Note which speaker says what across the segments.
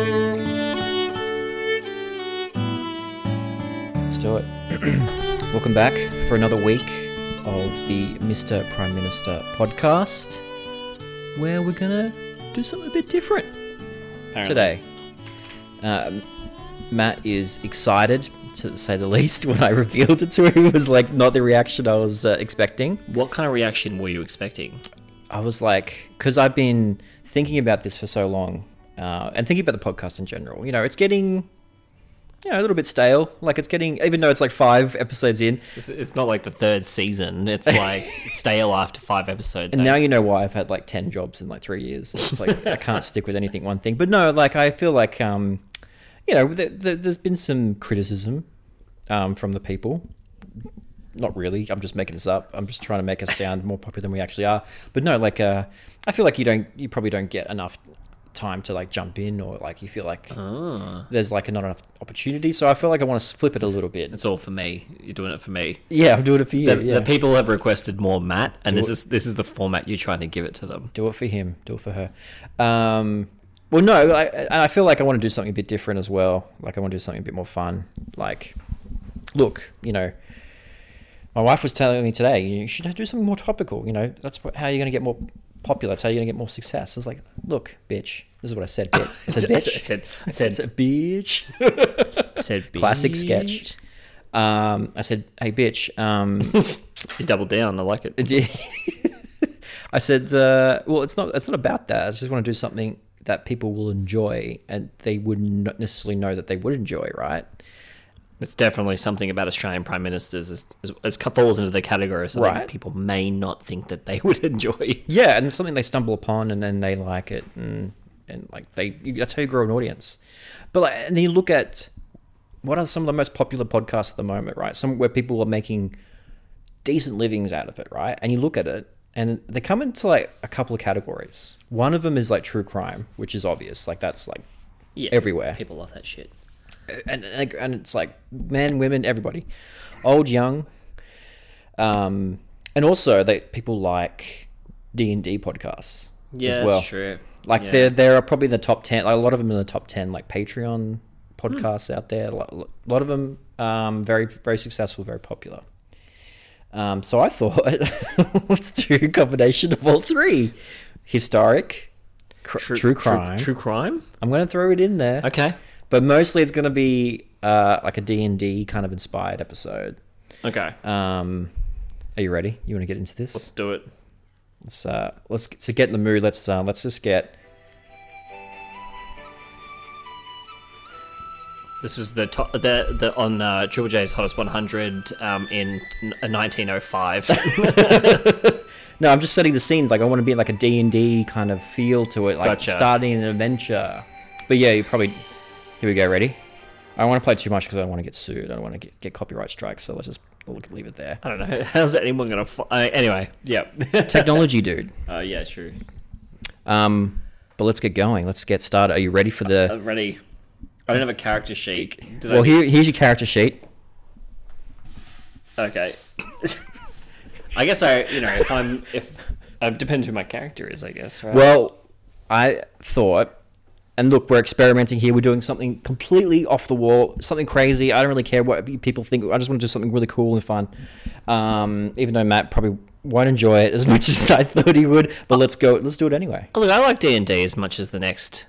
Speaker 1: Welcome back for another week of the Mr. Prime Minister podcast, where we're gonna do something a bit different
Speaker 2: Apparently.
Speaker 1: today. Um, Matt is excited, to say the least. When I revealed it to him, it was like not the reaction I was uh, expecting.
Speaker 2: What kind of reaction were you expecting?
Speaker 1: I was like, because I've been thinking about this for so long, uh, and thinking about the podcast in general. You know, it's getting, you know, a little bit stale. Like it's getting, even though it's like five episodes in,
Speaker 2: It's, it's not like the third season. It's like stale after five episodes. eh?
Speaker 1: and now you know why I've had like ten jobs in like three years. It's like I can't stick with anything one thing. But no, like I feel like, um, you know, th- th- there's been some criticism um, from the people. Not really. I'm just making this up. I'm just trying to make us sound more popular than we actually are. But no, like uh, I feel like you don't, you probably don't get enough time to like jump in, or like you feel like
Speaker 2: Ah,
Speaker 1: there's like not enough opportunity. So I feel like I want to flip it a little bit.
Speaker 2: it's all for me. You're doing it for me.
Speaker 1: Yeah, I'm doing it for you.
Speaker 2: The,
Speaker 1: yeah.
Speaker 2: the people have requested more Matt, and this is this is the format you're trying to give it to them.
Speaker 1: Do it for him. Do it for her. Um, well, no, I, I I feel like I want to do something a bit different as well. Like I want to do something a bit more fun. Like, look, you know, my wife was telling me today, you should do something more topical. You know, that's what, how you're going to get more popular. That's how you're going to get more success. It's like, look, bitch. This is what I said, bitch. I said,
Speaker 2: I
Speaker 1: bitch.
Speaker 2: said, I said, I said,
Speaker 1: bitch.
Speaker 2: said
Speaker 1: Classic sketch. Um, I said, hey, bitch. Um,
Speaker 2: bitch. you doubled down. I like it.
Speaker 1: Did- I said, uh, well, it's not. It's not about that. I just want to do something that people will enjoy, and they wouldn't necessarily know that they would enjoy, right?
Speaker 2: It's definitely something about Australian prime ministers. Is, is, is, falls into the category of something
Speaker 1: Right.
Speaker 2: that people may not think that they would enjoy.
Speaker 1: Yeah, and it's something they stumble upon, and then they like it, and and like they that's how you grow an audience. But like, and then you look at what are some of the most popular podcasts at the moment, right? Some where people are making decent livings out of it, right? And you look at it and they come into like a couple of categories. One of them is like true crime, which is obvious. Like that's like
Speaker 2: Yeah,
Speaker 1: Everywhere.
Speaker 2: People love that shit.
Speaker 1: and and and it's like men, women, everybody, old, young, um, and also that people like D and D podcasts
Speaker 2: Yeah,
Speaker 1: as well.
Speaker 2: that's true.
Speaker 1: Like
Speaker 2: Yeah.
Speaker 1: there, there are probably in the top ten. Like a lot of them in the top ten, like Patreon
Speaker 2: Hmm.
Speaker 1: podcasts out there. A lot, a lot of them, um, very, very successful, very popular. Um, so I thought, let's do a combination of all three: historic, cr- true, crime.
Speaker 2: True, crime.
Speaker 1: I'm going to throw it in there
Speaker 2: Okay.
Speaker 1: but mostly it's going to be uh, like a d&d kind of inspired episode
Speaker 2: Okay.
Speaker 1: um, are you ready you want to get into
Speaker 2: Let's
Speaker 1: this
Speaker 2: do it.
Speaker 1: let's uh, let's to get in the mood let's uh, let's just get
Speaker 2: This is the top, the the on uh, Triple J's hottest 100 um, in n- 1905.
Speaker 1: no i'm just setting the scenes like i want to be like a d&d kind of feel to it like
Speaker 2: Gotcha.
Speaker 1: starting an adventure but yeah you probably here we go ready i don't want to play too much because i don't want to get sued i don't want to get, get copyright strikes so let's just we'll leave it there
Speaker 2: I don't know. How's anyone gonna? F- uh, anyway, yeah.
Speaker 1: technology dude
Speaker 2: uh, yeah, sure.
Speaker 1: um, but let's get going let's get started are you ready for the
Speaker 2: I'm Uh, ready. I don't have a character sheet. Did
Speaker 1: well
Speaker 2: I-
Speaker 1: here, here's your character sheet
Speaker 2: Okay. I guess I, you know, if I'm, if I depends who my character is, I guess. Right?
Speaker 1: Well, I thought, and look, we're experimenting here. We're doing something completely off the wall, something crazy. I don't really care what people think. I just want to do something really cool and fun. Um, even though Matt probably won't enjoy it as much as I thought he would, but let's go. Let's do it anyway.
Speaker 2: Oh, Look, I like D and D as much as the next,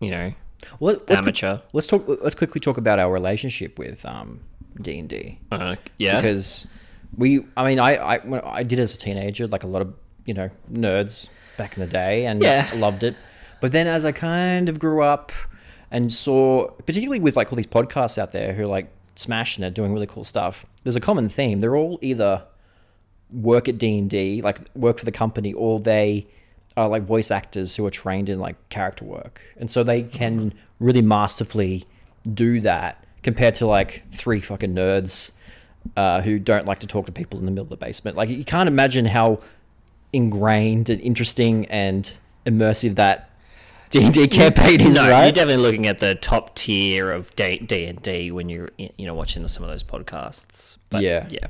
Speaker 2: you know,
Speaker 1: Let, let's,
Speaker 2: amateur.
Speaker 1: Let's talk. Let's quickly talk about our relationship with um, D and D.
Speaker 2: Uh, yeah.
Speaker 1: because we i mean i i, when I did as a teenager like a lot of you know nerds back in the day and
Speaker 2: Yeah.
Speaker 1: loved it but then as i kind of grew up and saw particularly with like all these podcasts out there who are like smashing it doing really cool stuff there's a common theme they're all either work at d&d like work for the company or they are like voice actors who are trained in like character work and so they can really masterfully do that compared to like three fucking nerds uh, who don't like to talk to people in the middle of the basement like you can't imagine how ingrained and interesting and immersive that d&d campaign is
Speaker 2: No, you're
Speaker 1: right
Speaker 2: definitely looking at the top tier of D and D when you're you know watching some of those podcasts. But,
Speaker 1: Yeah.
Speaker 2: yeah.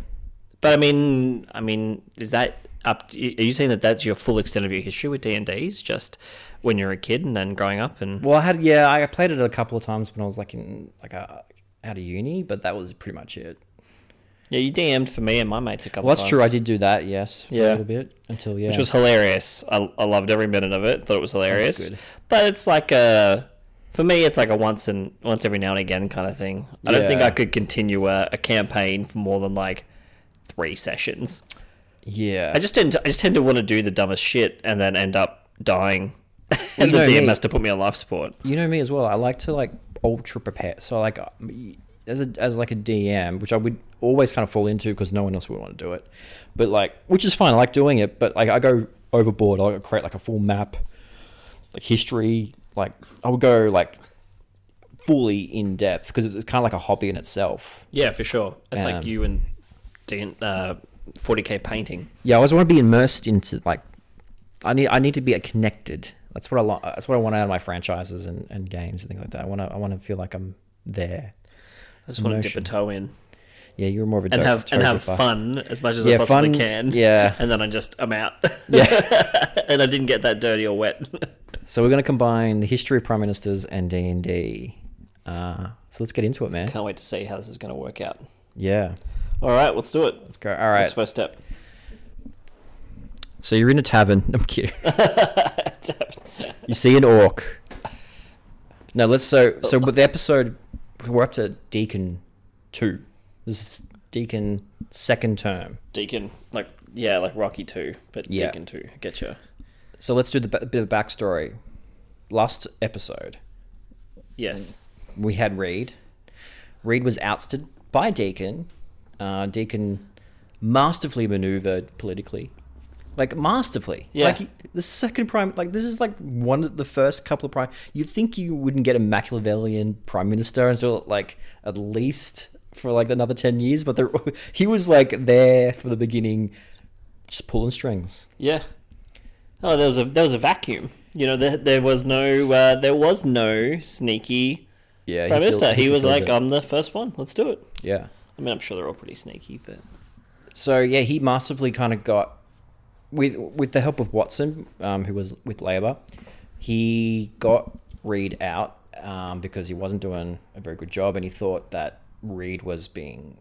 Speaker 2: But I mean, I mean, is that up? Are you saying that that's your full extent of your history with D and D's? Just when you're a kid and then growing up and
Speaker 1: well i had yeah i played uh, it a couple of times when i was like in like a, out of uni but that was pretty much it
Speaker 2: Yeah, you DM'd for me and my mates a couple
Speaker 1: Well, that's
Speaker 2: times.
Speaker 1: true. I did do that. Yes. For
Speaker 2: Yeah.
Speaker 1: A little bit until yeah.
Speaker 2: Which was hilarious. I, I loved every minute of it. Thought it was hilarious.
Speaker 1: good.
Speaker 2: But it's like a, for me, it's like a once and once every now and again kind of thing. I don't think
Speaker 1: Yeah.
Speaker 2: I could continue a, a campaign for more than like three sessions.
Speaker 1: yeah.
Speaker 2: I just tend to, I just tend to want to do the dumbest shit and then end up dying, and
Speaker 1: you
Speaker 2: the
Speaker 1: know
Speaker 2: DM
Speaker 1: me.
Speaker 2: has to put me on life support.
Speaker 1: you know me as well. I like to like ultra prepare. So like um, as a as like a DM, which I would always kind of fall into because no one else would want to do it. But like, which is fine. I like doing it, but like I go overboard. I'll create like a full map, like history. Like I would go like fully in depth because it's, it's kind of like a hobby in itself.
Speaker 2: Yeah, for sure. It's
Speaker 1: Um,
Speaker 2: like you and Dan, uh, 40k painting.
Speaker 1: Yeah, I always want to be immersed into like I need I need to be connected. That's what I lo- that's what I want out of my franchises and, and games and things like that. I want to I want to feel like I'm there.
Speaker 2: I just want to dip
Speaker 1: Immersion.
Speaker 2: a toe in
Speaker 1: Yeah, you're more of a
Speaker 2: and
Speaker 1: do-
Speaker 2: have and have
Speaker 1: togepi.
Speaker 2: fun as much as I
Speaker 1: Yeah,
Speaker 2: possibly
Speaker 1: fun-
Speaker 2: can.
Speaker 1: yeah.
Speaker 2: and then I just I'm out.
Speaker 1: Yeah.
Speaker 2: and I didn't get that dirty or wet.
Speaker 1: so we're gonna combine the history of prime ministers and D and D. Uh, So let's get into it, man.
Speaker 2: Can't wait to see how this is going to work out.
Speaker 1: Yeah,
Speaker 2: All right, let's do it.
Speaker 1: let's go. All right.
Speaker 2: That's first step.
Speaker 1: So you're in a tavern. I'm kidding. you see an orc. No, let's so so with the episode we're up to Deacon two. This is Deacon second term.
Speaker 2: Deacon, like yeah, like Rocky two, but
Speaker 1: Yeah.
Speaker 2: Deacon two. Get you.
Speaker 1: So let's do the ba- bit of backstory. Last episode
Speaker 2: Yes.
Speaker 1: we had Reed. Reed was ousted by Deacon. Uh, Deacon masterfully maneuvered politically, like masterfully.
Speaker 2: Yeah.
Speaker 1: Like the second prime, like this is like one of the first couple of prime. You'd think you wouldn't get a Machiavellian prime minister until like at least for like another ten years, but there, he was like there for the beginning, just pulling strings.
Speaker 2: Yeah. Oh, there was a there was a vacuum. You know, there, there was no uh, there was no sneaky
Speaker 1: Yeah,
Speaker 2: prime minister. He was like,
Speaker 1: um,
Speaker 2: "I'm the first one. Let's do it."
Speaker 1: yeah.
Speaker 2: I mean, I'm sure they're all pretty sneaky, but
Speaker 1: So yeah, he masterfully kind of got with with the help of Watson, um, who was with Labor, he got Reed out um, because he wasn't doing a very good job, and he thought that Reed was being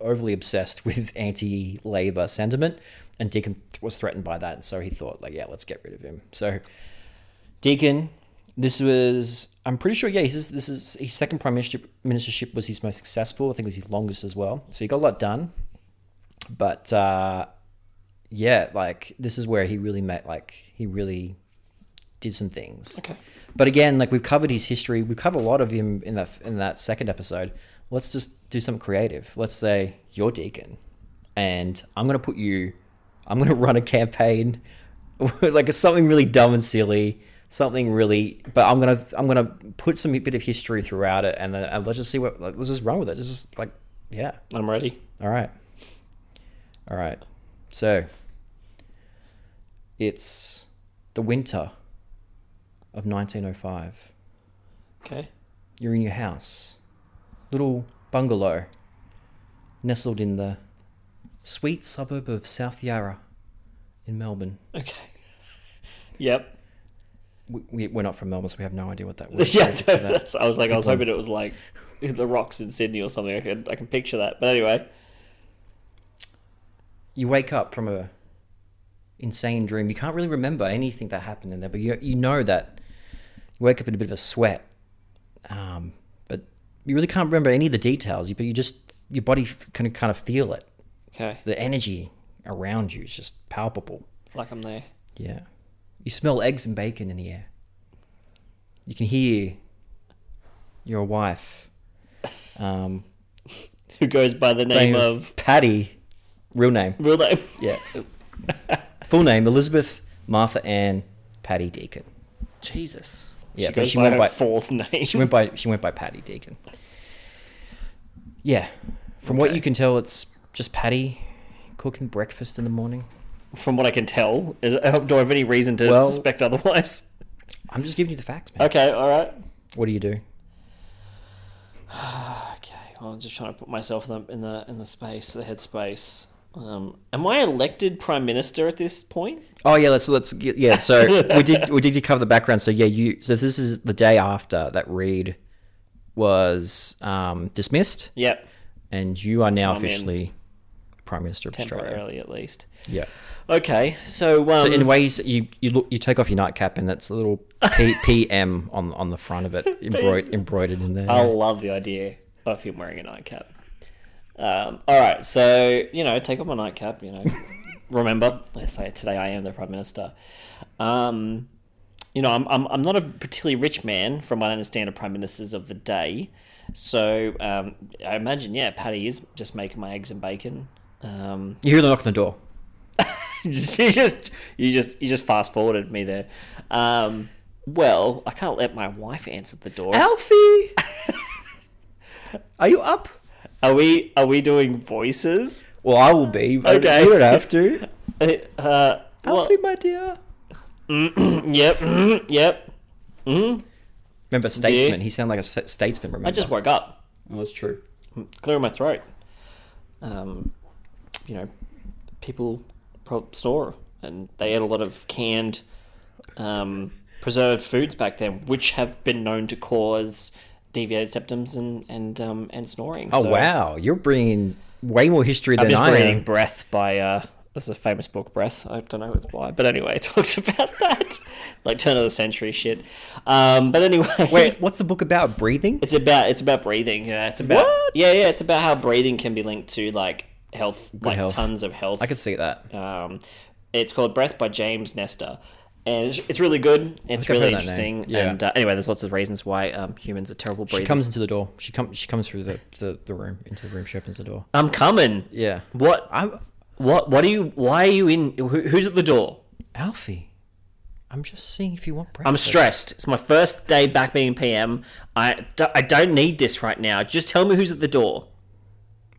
Speaker 1: overly obsessed with anti-labor sentiment, and Deacon th- was threatened by that, and so he thought like, yeah, let's get rid of him. So Deacon, this was I'm pretty sure yeah, this is this is his second prime ministership, ministership was his most successful. I think it was his longest as well. So he got a lot done, but. Uh, yeah, like this is where he really met, like he really did some things.
Speaker 2: okay.
Speaker 1: But again, like we've covered his history, we've covered a lot of him in that in that second episode. Let's just do something creative. Let's say you're Deacon, and I'm gonna put you, I'm gonna run a campaign, like something really dumb and silly, something really. But I'm gonna I'm gonna put some bit of history throughout it, and then and let's just see what like, let's just run with it. It's just like yeah.
Speaker 2: I'm ready.
Speaker 1: All right. All right. So it's the winter of 1905.
Speaker 2: Okay.
Speaker 1: You're in your house, little bungalow, nestled in the sweet suburb of South Yarra in Melbourne.
Speaker 2: Okay. Yep.
Speaker 1: We, we, we're not from Melbourne, so we have no idea what that was.
Speaker 2: yeah. That's, I was like, I was hoping it was like the rocks in Sydney or something. I can I can picture that. But anyway.
Speaker 1: you wake up from a insane dream. You can't really remember anything that happened in there, but you you know that you wake up in a bit of a sweat, um, but you really can't remember any of the details. You- But you just your body can kind of feel it.
Speaker 2: Okay.
Speaker 1: The energy around you is just palpable.
Speaker 2: It's like I'm there.
Speaker 1: Yeah, you smell eggs and bacon in the air. You can hear your wife, um,
Speaker 2: Who goes by the name
Speaker 1: name
Speaker 2: of
Speaker 1: Patty, real name.
Speaker 2: real name?
Speaker 1: Yeah. Full name Elizabeth Martha Ann Patty Deacon.
Speaker 2: Jesus.
Speaker 1: Yeah,
Speaker 2: she
Speaker 1: but
Speaker 2: goes
Speaker 1: she
Speaker 2: by
Speaker 1: went
Speaker 2: her
Speaker 1: by-
Speaker 2: fourth name.
Speaker 1: She went by she went by Patty Deacon. Yeah. From what
Speaker 2: Okay.
Speaker 1: you can tell it's just Patty cooking breakfast in the morning.
Speaker 2: From what I can tell, is do I have any reason to
Speaker 1: Well-
Speaker 2: suspect otherwise?
Speaker 1: I'm just giving you the facts, man.
Speaker 2: Okay. All right.
Speaker 1: What do you do?
Speaker 2: Okay, well, I'm just trying to put myself in the in the, in the space, the headspace. Um, am I elected prime minister at this point?
Speaker 1: Oh yeah, let's let's get, yeah. So we did we did cover the background. So yeah, you so this is the day after that Reed was um, dismissed,
Speaker 2: Yep.
Speaker 1: and you are now
Speaker 2: I'm in.
Speaker 1: officially prime minister of Australia.
Speaker 2: temporarily at least.
Speaker 1: Yeah.
Speaker 2: Okay, so um,
Speaker 1: so in ways, you you look you take off your nightcap and that's a little P, PM on on the front of it embroidered embroidered in there.
Speaker 2: I love the idea of him wearing a nightcap. Um, all right, so you know, take off my nightcap. You know, remember, I say today I am the prime minister. Um, you know, I'm, I'm I'm not a particularly rich man, from what I understand of prime ministers of the day. So um, I imagine, yeah, Patty is just making my eggs and bacon. Um,
Speaker 1: You hear the knock on the door.
Speaker 2: you just you just you just fast forwarded me there. Um, well, I can't let my wife answer the door. It's-
Speaker 1: Alfie, are you up?
Speaker 2: Are we are we doing voices?
Speaker 1: Well, I will be. But
Speaker 2: Okay.
Speaker 1: You don't have to.
Speaker 2: Uh, uh, well,
Speaker 1: Alfie, my dear.
Speaker 2: yep, mm, yep.
Speaker 1: Remember statesman. He sounded like a s- statesman. Remember.
Speaker 2: I just woke up,
Speaker 1: Oh, that's true.
Speaker 2: clearing my throat. Um, you know, people pro- snore, and they ate a lot of canned, um, preserved foods back then, which have been known to cause deviated septums and and um, and snoring.
Speaker 1: Oh
Speaker 2: so-
Speaker 1: wow, you're bringing way more history
Speaker 2: I'm
Speaker 1: than
Speaker 2: just
Speaker 1: I
Speaker 2: reading
Speaker 1: am.
Speaker 2: Breath by uh there's a famous book, Breath. I don't know who it's by, but anyway, it talks about that. like turn of the century shit. Um but anyway
Speaker 1: Wait, what's the book about? Breathing.
Speaker 2: it's about it's about breathing, yeah. It's about
Speaker 1: What?
Speaker 2: Yeah, yeah, it's about how breathing can be linked to like health like
Speaker 1: health.
Speaker 2: tons of health.
Speaker 1: I could see that.
Speaker 2: Um, it's called Breath by James Nestor. And it's, it's really good. It's
Speaker 1: think I've
Speaker 2: really
Speaker 1: heard that name.
Speaker 2: interesting.
Speaker 1: Yeah.
Speaker 2: And uh, anyway, there's lots of reasons why um, humans are terrible breathers.
Speaker 1: She comes into the door. She comes. She comes through the, the, the room into the room. She opens the door.
Speaker 2: I'm coming.
Speaker 1: Yeah.
Speaker 2: What?
Speaker 1: I'm
Speaker 2: What? What are you? Why are you in? Who, who's at the door?
Speaker 1: Alfie. I'm just seeing if you want breakfast.
Speaker 2: I'm stressed. It's my first day back being PM. I, do- I don't need this right now. Just tell me who's at the door.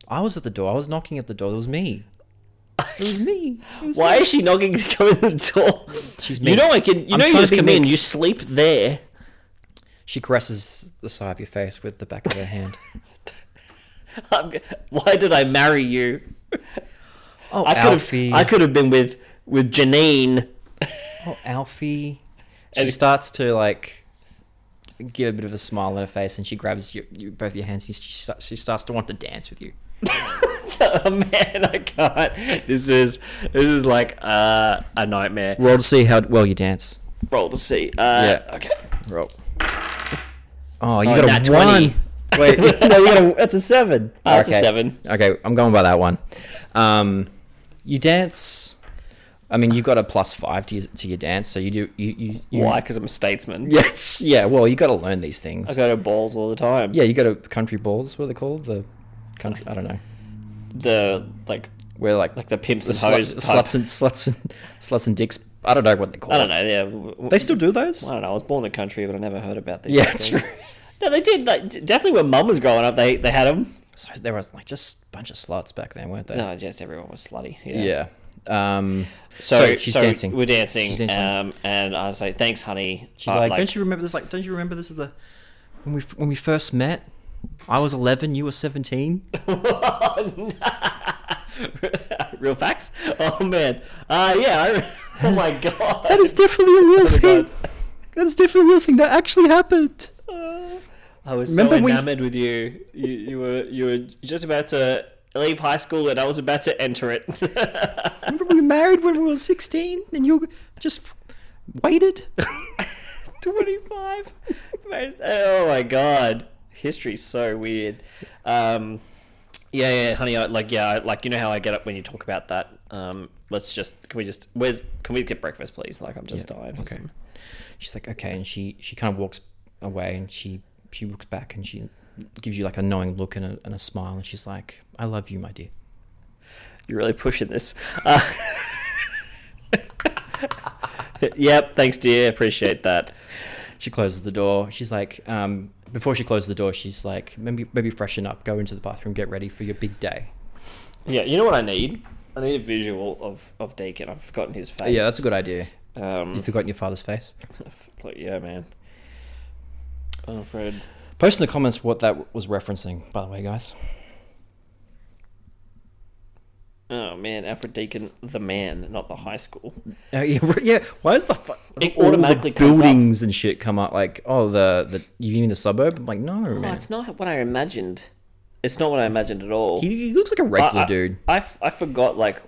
Speaker 1: I was at the door. I was knocking at the door. It was me. It was me. It was-
Speaker 2: Why is she knocking to come in the door?
Speaker 1: She's
Speaker 2: You
Speaker 1: meek.
Speaker 2: know I can. You
Speaker 1: I'm
Speaker 2: know you
Speaker 1: trying to
Speaker 2: just
Speaker 1: be
Speaker 2: come in.
Speaker 1: meek.
Speaker 2: You sleep there.
Speaker 1: She caresses the side of your face with the back of her hand.
Speaker 2: I'm, why did I marry you?
Speaker 1: Oh,
Speaker 2: I could
Speaker 1: Alfie.
Speaker 2: have. I could have been with with Janine.
Speaker 1: Oh, Alfie. She starts to like give a bit of a smile on her face, and she grabs your, you, both your hands. And she, sta- she starts to want to dance with you.
Speaker 2: oh man, I can't. This is this is like uh, a nightmare.
Speaker 1: Roll to see how well you dance.
Speaker 2: Roll to see. Uh,
Speaker 1: Yeah.
Speaker 2: Okay.
Speaker 1: Roll. Oh, you
Speaker 2: Oh,
Speaker 1: got
Speaker 2: nat
Speaker 1: a
Speaker 2: 20.
Speaker 1: one. Wait, no, you got a. That's a seven.
Speaker 2: Oh, that's a seven.
Speaker 1: Okay, I'm going by that one. Um, you dance. I mean, you got a plus five to your, to your dance, so you do. You you. you
Speaker 2: Why? Because I'm a statesman.
Speaker 1: Yes. Yeah. Well, you got to learn these things.
Speaker 2: I go to balls all the time.
Speaker 1: Yeah, you got to country balls. What are they called? The country. I don't know.
Speaker 2: The like
Speaker 1: Where like
Speaker 2: like the pimps
Speaker 1: the
Speaker 2: and
Speaker 1: slut-
Speaker 2: hoes type.
Speaker 1: sluts and sluts and sluts and dicks. I don't know what they call.
Speaker 2: I don't know. Yeah, w- w-
Speaker 1: They still do those.
Speaker 2: I don't know. I was born in the country, but I never heard about this.
Speaker 1: Yeah,
Speaker 2: sort of
Speaker 1: true.
Speaker 2: thing. No, they did. Like, d- definitely when mum was growing up, they they had them.
Speaker 1: So there was like just a bunch of sluts back then, weren't there?
Speaker 2: No, just everyone was slutty. Yeah.
Speaker 1: Yeah. Um,
Speaker 2: So,
Speaker 1: so she's
Speaker 2: so
Speaker 1: dancing.
Speaker 2: We're dancing.
Speaker 1: She's dancing.
Speaker 2: Um, and I was like, "Thanks, honey."
Speaker 1: She's like, don't you remember this? Like, don't you remember this is the when we when we first met? I was eleven, you were seventeen.
Speaker 2: real facts? Oh man. Uh, yeah. I re- oh my god. Oh,
Speaker 1: That is definitely a real
Speaker 2: my
Speaker 1: thing.
Speaker 2: God.
Speaker 1: That's definitely a real thing that actually happened.
Speaker 2: I was so
Speaker 1: Remember we-
Speaker 2: enamored with you. you. You were you were just about to leave high school, and I was about to enter it.
Speaker 1: Remember we married when we were sixteen, and you just waited.
Speaker 2: 25. Most- oh my god. History's so weird. Um, yeah, yeah, honey. I, like, yeah, I- like you know how I get up when you talk about that. Um, let's just can we just where's can we get breakfast, please? Like, I'm just dying. for
Speaker 1: okay.
Speaker 2: some-
Speaker 1: She's like, okay, and she she kind of walks away, and she she looks back, and she gives you like a knowing look and a, and a smile, and she's like, I love you, my dear.
Speaker 2: You're really pushing this. Uh, yep. Thanks, dear. Appreciate that.
Speaker 1: She closes the door. She's like, um, before she closes the door, she's like, maybe maybe freshen up, go into the bathroom, get ready for your big day.
Speaker 2: Yeah. You know what I need? I need a visual of of Deacon. I've forgotten his face.
Speaker 1: Yeah, that's a good idea.
Speaker 2: Um,
Speaker 1: You've forgotten your father's face.
Speaker 2: like, yeah, man. Oh, Fred.
Speaker 1: Post in the comments what that was referencing, by the way, guys.
Speaker 2: Oh man, Alfred Deacon, the man, not the high school.
Speaker 1: Uh, yeah, right, yeah, why is the fu-
Speaker 2: It
Speaker 1: all the
Speaker 2: automatically comes up.
Speaker 1: buildings and shit come up like, oh, the the you mean the suburb? I'm like, no,
Speaker 2: Oh,
Speaker 1: man.
Speaker 2: it's not what I imagined. It's not what I Uh, imagined at all.
Speaker 1: He, he looks like a regular
Speaker 2: I, I-
Speaker 1: dude.
Speaker 2: I, f- I forgot, like,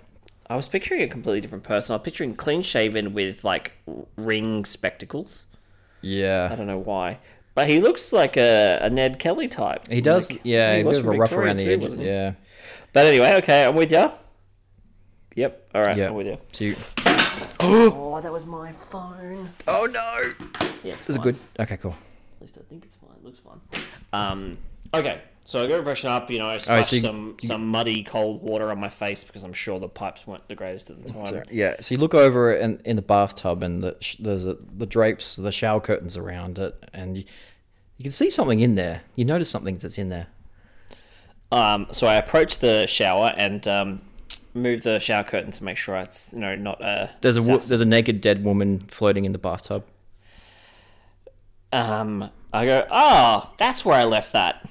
Speaker 2: I was picturing a completely different person. I was picturing clean shaven with, like, r- ring spectacles. I
Speaker 1: Yeah.
Speaker 2: don't know why. But he looks like a, a Ned Kelly type.
Speaker 1: He does,
Speaker 2: Like,
Speaker 1: yeah,
Speaker 2: he
Speaker 1: a
Speaker 2: was
Speaker 1: bit of a
Speaker 2: from
Speaker 1: rough
Speaker 2: Victoria
Speaker 1: around the
Speaker 2: too,
Speaker 1: edges.
Speaker 2: wasn't he?
Speaker 1: Yeah.
Speaker 2: But anyway, okay, I'm with ya. Yep, alright,
Speaker 1: Yeah.
Speaker 2: I'm with ya.
Speaker 1: So you-
Speaker 2: Oh, that was my phone.
Speaker 1: oh no!
Speaker 2: Yeah, it's
Speaker 1: Is it
Speaker 2: fine.
Speaker 1: good? Okay, cool.
Speaker 2: At least I think it's fine. It looks fine. Um, okay, so I go to freshen up. You know, I splash
Speaker 1: so you-
Speaker 2: some some muddy cold water on my face because I'm sure the pipes weren't the greatest at the time.
Speaker 1: Yeah. So you look over in, in the bathtub, and the, sh- there's a, the drapes, the shower curtains around it, and you, you can see something in there. You notice something that's in there.
Speaker 2: Um, so I approach the shower and um, move the shower curtain to make sure it's you know not a.
Speaker 1: There's a wo-
Speaker 2: sass-
Speaker 1: there's a naked dead woman floating in the bathtub.
Speaker 2: um, I go. Oh, that's where I left that.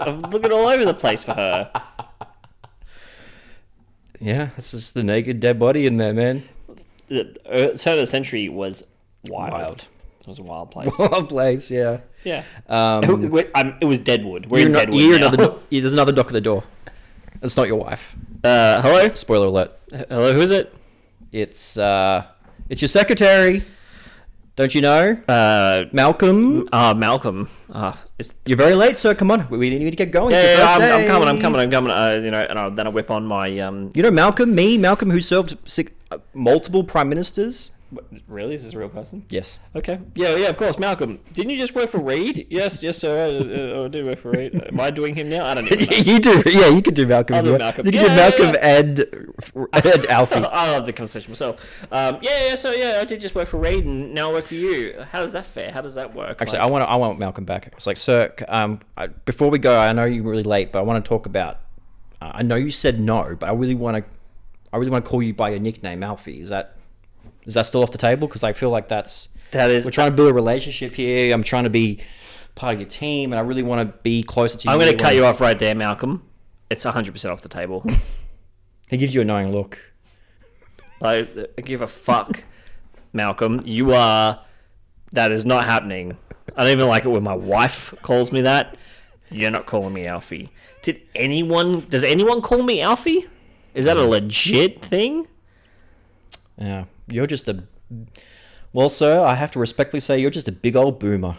Speaker 2: I'm looking all over the place for her.
Speaker 1: Yeah, it's just the naked dead body in there, man.
Speaker 2: The uh, turn of the century was wild.
Speaker 1: Wild.
Speaker 2: It was a wild place.
Speaker 1: Wild place, yeah.
Speaker 2: Yeah.
Speaker 1: Um,
Speaker 2: It, it- um, it was Deadwood. We're
Speaker 1: you're
Speaker 2: in
Speaker 1: not,
Speaker 2: Deadwood.
Speaker 1: you're
Speaker 2: now.
Speaker 1: another. do- yeah, there's another knock at the door. It's not your wife.
Speaker 2: Uh, hello?
Speaker 1: Spoiler alert.
Speaker 2: Hello, who is it?
Speaker 1: It's uh, it's your secretary. Don't you know,
Speaker 2: Uh,
Speaker 1: Malcolm?
Speaker 2: uh Malcolm. Uh, it's,
Speaker 1: You're very late, sir. Come on, we we need to get going. It's your
Speaker 2: yeah,
Speaker 1: first
Speaker 2: I'm, I'm
Speaker 1: day.
Speaker 2: coming, I'm coming, I'm coming. Uh, you know, and I, then I whip on my. Um,
Speaker 1: You know Malcolm, me, Malcolm, who served six, uh, multiple prime ministers.
Speaker 2: really? Is this a real person?
Speaker 1: Yes.
Speaker 2: Okay. Yeah, yeah, of course. Malcolm. Didn't you just work for Reed? Yes, yes, sir. I, uh, I did work for Reed. Am I doing him now? I don't even know.
Speaker 1: you do, yeah. You could do Malcolm.
Speaker 2: I'll
Speaker 1: if
Speaker 2: do
Speaker 1: you want.
Speaker 2: Malcolm.
Speaker 1: You could
Speaker 2: Yeah,
Speaker 1: do
Speaker 2: yeah,
Speaker 1: Malcolm and and Alfie.
Speaker 2: I love the conversation myself. Um, yeah, yeah, so yeah, I did just work for Reed and now I work for you. How does that fare? How does that work?
Speaker 1: Actually, I want to, I want Malcolm back. It's like, sir, c- um, I, before we go, I know you're really late, but I want to talk about. Uh, I know you said no, but I really want to, I really want to call you by your nickname, Alfie. Is that, is that still off the table? Because I feel like that's
Speaker 2: that is.
Speaker 1: we're trying to build a relationship here. I'm trying to be part of your team, and I really want to be closer to you.
Speaker 2: I'm going
Speaker 1: when-
Speaker 2: to cut you off right there, Malcolm. It's 100% off the table.
Speaker 1: He gives you a knowing look.
Speaker 2: I, I give a fuck, Malcolm. You are. That is not happening. I don't even like it when my wife calls me that. You're not calling me Alfie. Did anyone. Does anyone call me Alfie? Is that a legit thing?
Speaker 1: Yeah, you're just a. Well, sir, I have to respectfully say you're just a big old boomer.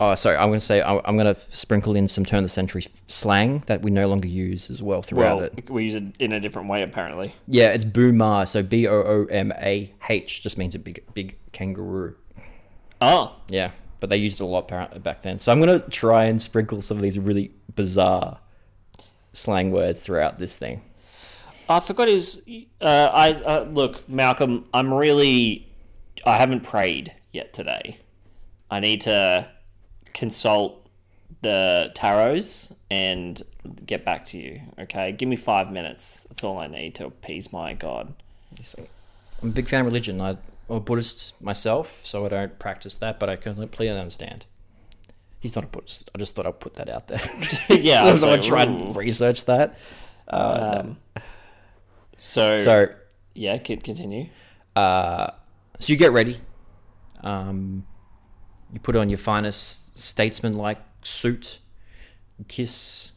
Speaker 1: Oh, sorry. I'm going to say I- I'm going to sprinkle in some turn of the century slang that we no longer use as well throughout it.
Speaker 2: we use it in a different way, apparently.
Speaker 1: Yeah, it's boomer. So B O O M A H just means a big big kangaroo.
Speaker 2: Oh.
Speaker 1: Yeah, but they used it a lot par- back then. So I'm going to try and sprinkle some of these really bizarre slang words throughout this thing.
Speaker 2: I forgot his. Uh, I uh, look, Malcolm. I'm really. I haven't prayed yet today. I need to consult the tarots and get back to you. Okay, give me five minutes. That's all I need to appease my god.
Speaker 1: I'm a big fan of religion. I, I'm a Buddhist myself, so I don't practice that, but I can completely understand. He's not a Buddhist. I just thought I'd put that out there.
Speaker 2: Yeah,
Speaker 1: so,
Speaker 2: I was
Speaker 1: so I
Speaker 2: like,
Speaker 1: tried
Speaker 2: ooh.
Speaker 1: and research that.
Speaker 2: So,
Speaker 1: So,
Speaker 2: yeah, can continue.
Speaker 1: so you get ready. Um, you put on your finest statesman-like suit. You kiss.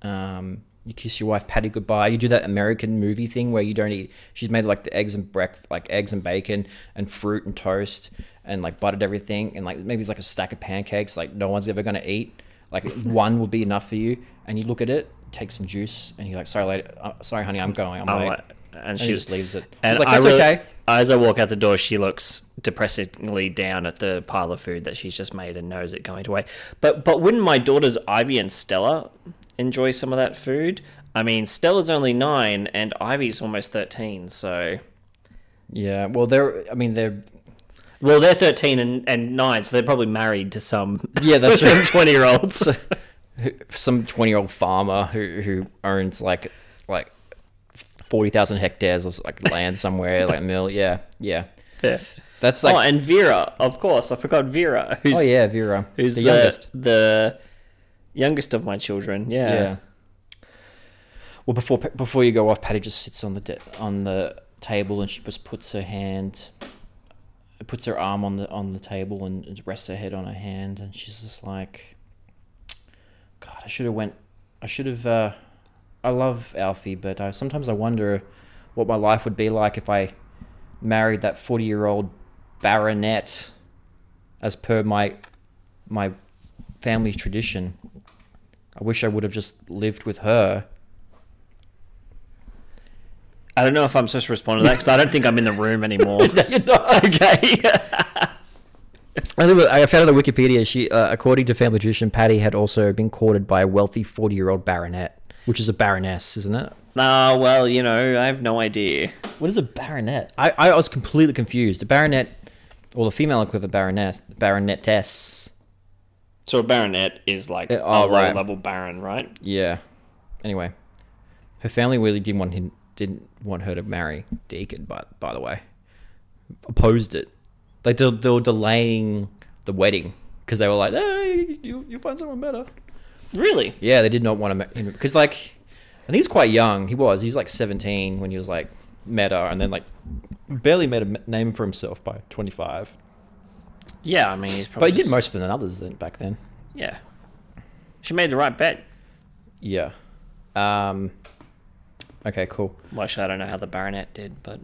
Speaker 1: Um, you kiss your wife Patty goodbye. You do that American movie thing where you don't eat. She's made like the eggs and breakfast, like eggs and bacon and fruit and toast and like buttered everything and like maybe it's like a stack of pancakes. Like no one's ever gonna eat. Like one will be enough for you. And you look at it, take some juice, and you're like, "Sorry, lady, uh, sorry, honey, I'm going. I'm,
Speaker 2: I'm
Speaker 1: late."
Speaker 2: like- and
Speaker 1: And
Speaker 2: she
Speaker 1: he
Speaker 2: just
Speaker 1: just leaves it.
Speaker 2: And
Speaker 1: He's like,
Speaker 2: I
Speaker 1: "That's
Speaker 2: really-
Speaker 1: okay."
Speaker 2: As I walk out the door, she looks depressingly down at the pile of food that she's just made and knows it going away. But but wouldn't my daughters Ivy and Stella enjoy some of that food? I mean, Stella's only nine and Ivy's almost thirteen, so
Speaker 1: Yeah. Well, they're. I mean, they're
Speaker 2: well they're thirteen and, and nine, so they're probably married to some
Speaker 1: Yeah, that's
Speaker 2: some
Speaker 1: right.
Speaker 2: twenty year olds.
Speaker 1: some 20 year old farmer who, who owns like like 40,000 hectares of like land somewhere like mill yeah yeah
Speaker 2: Yeah.
Speaker 1: that's
Speaker 2: Oh,
Speaker 1: like
Speaker 2: and Vera, of course, I forgot Vera, who's
Speaker 1: oh, yeah Vera
Speaker 2: who's the,
Speaker 1: the, youngest
Speaker 2: the youngest of my children.
Speaker 1: yeah well before before you go off Patty just sits on the de- on the table and she just puts her hand puts her arm on the on the table and, and rests her head on her hand, and she's just like, "God, I should have went. I should have. Uh, I love Alfie, but I sometimes I wonder what my life would be like if I married that forty year old baronet, as per my my family tradition. I wish I would have just lived with her."
Speaker 2: I don't know if I'm supposed to respond to that because I don't think I'm in the room anymore.
Speaker 1: okay. I think I found out on Wikipedia. She, uh, according to family tradition, Patty had also been courted by a wealthy forty-year-old baronet, which is a baroness, isn't it?
Speaker 2: nah, well, you know, I have no idea.
Speaker 1: What is a baronet? I, I was completely confused. A baronet, or the female equivalent baroness, baronetess.
Speaker 2: So a baronet is like
Speaker 1: Uh,
Speaker 2: a
Speaker 1: oh,
Speaker 2: low
Speaker 1: right.
Speaker 2: level baron, right?
Speaker 1: Yeah. Anyway, her family really didn't want him, didn't want her to marry Deacon. But by the way, opposed it. Like they, they were delaying the wedding because they were like, "Hey, you you find someone better."
Speaker 2: Really?
Speaker 1: Yeah, they did not want to him because like I think he's quite young. He was. He was like seventeen when he was like met her, and then like barely made a m- name for himself by twenty five.
Speaker 2: Yeah, I mean, he's probably.
Speaker 1: But he did
Speaker 2: just-
Speaker 1: most of it than others then, back then.
Speaker 2: Yeah. She made the right bet.
Speaker 1: Yeah. Um. Okay. Cool.
Speaker 2: Well, actually, I don't know how the baronet did, but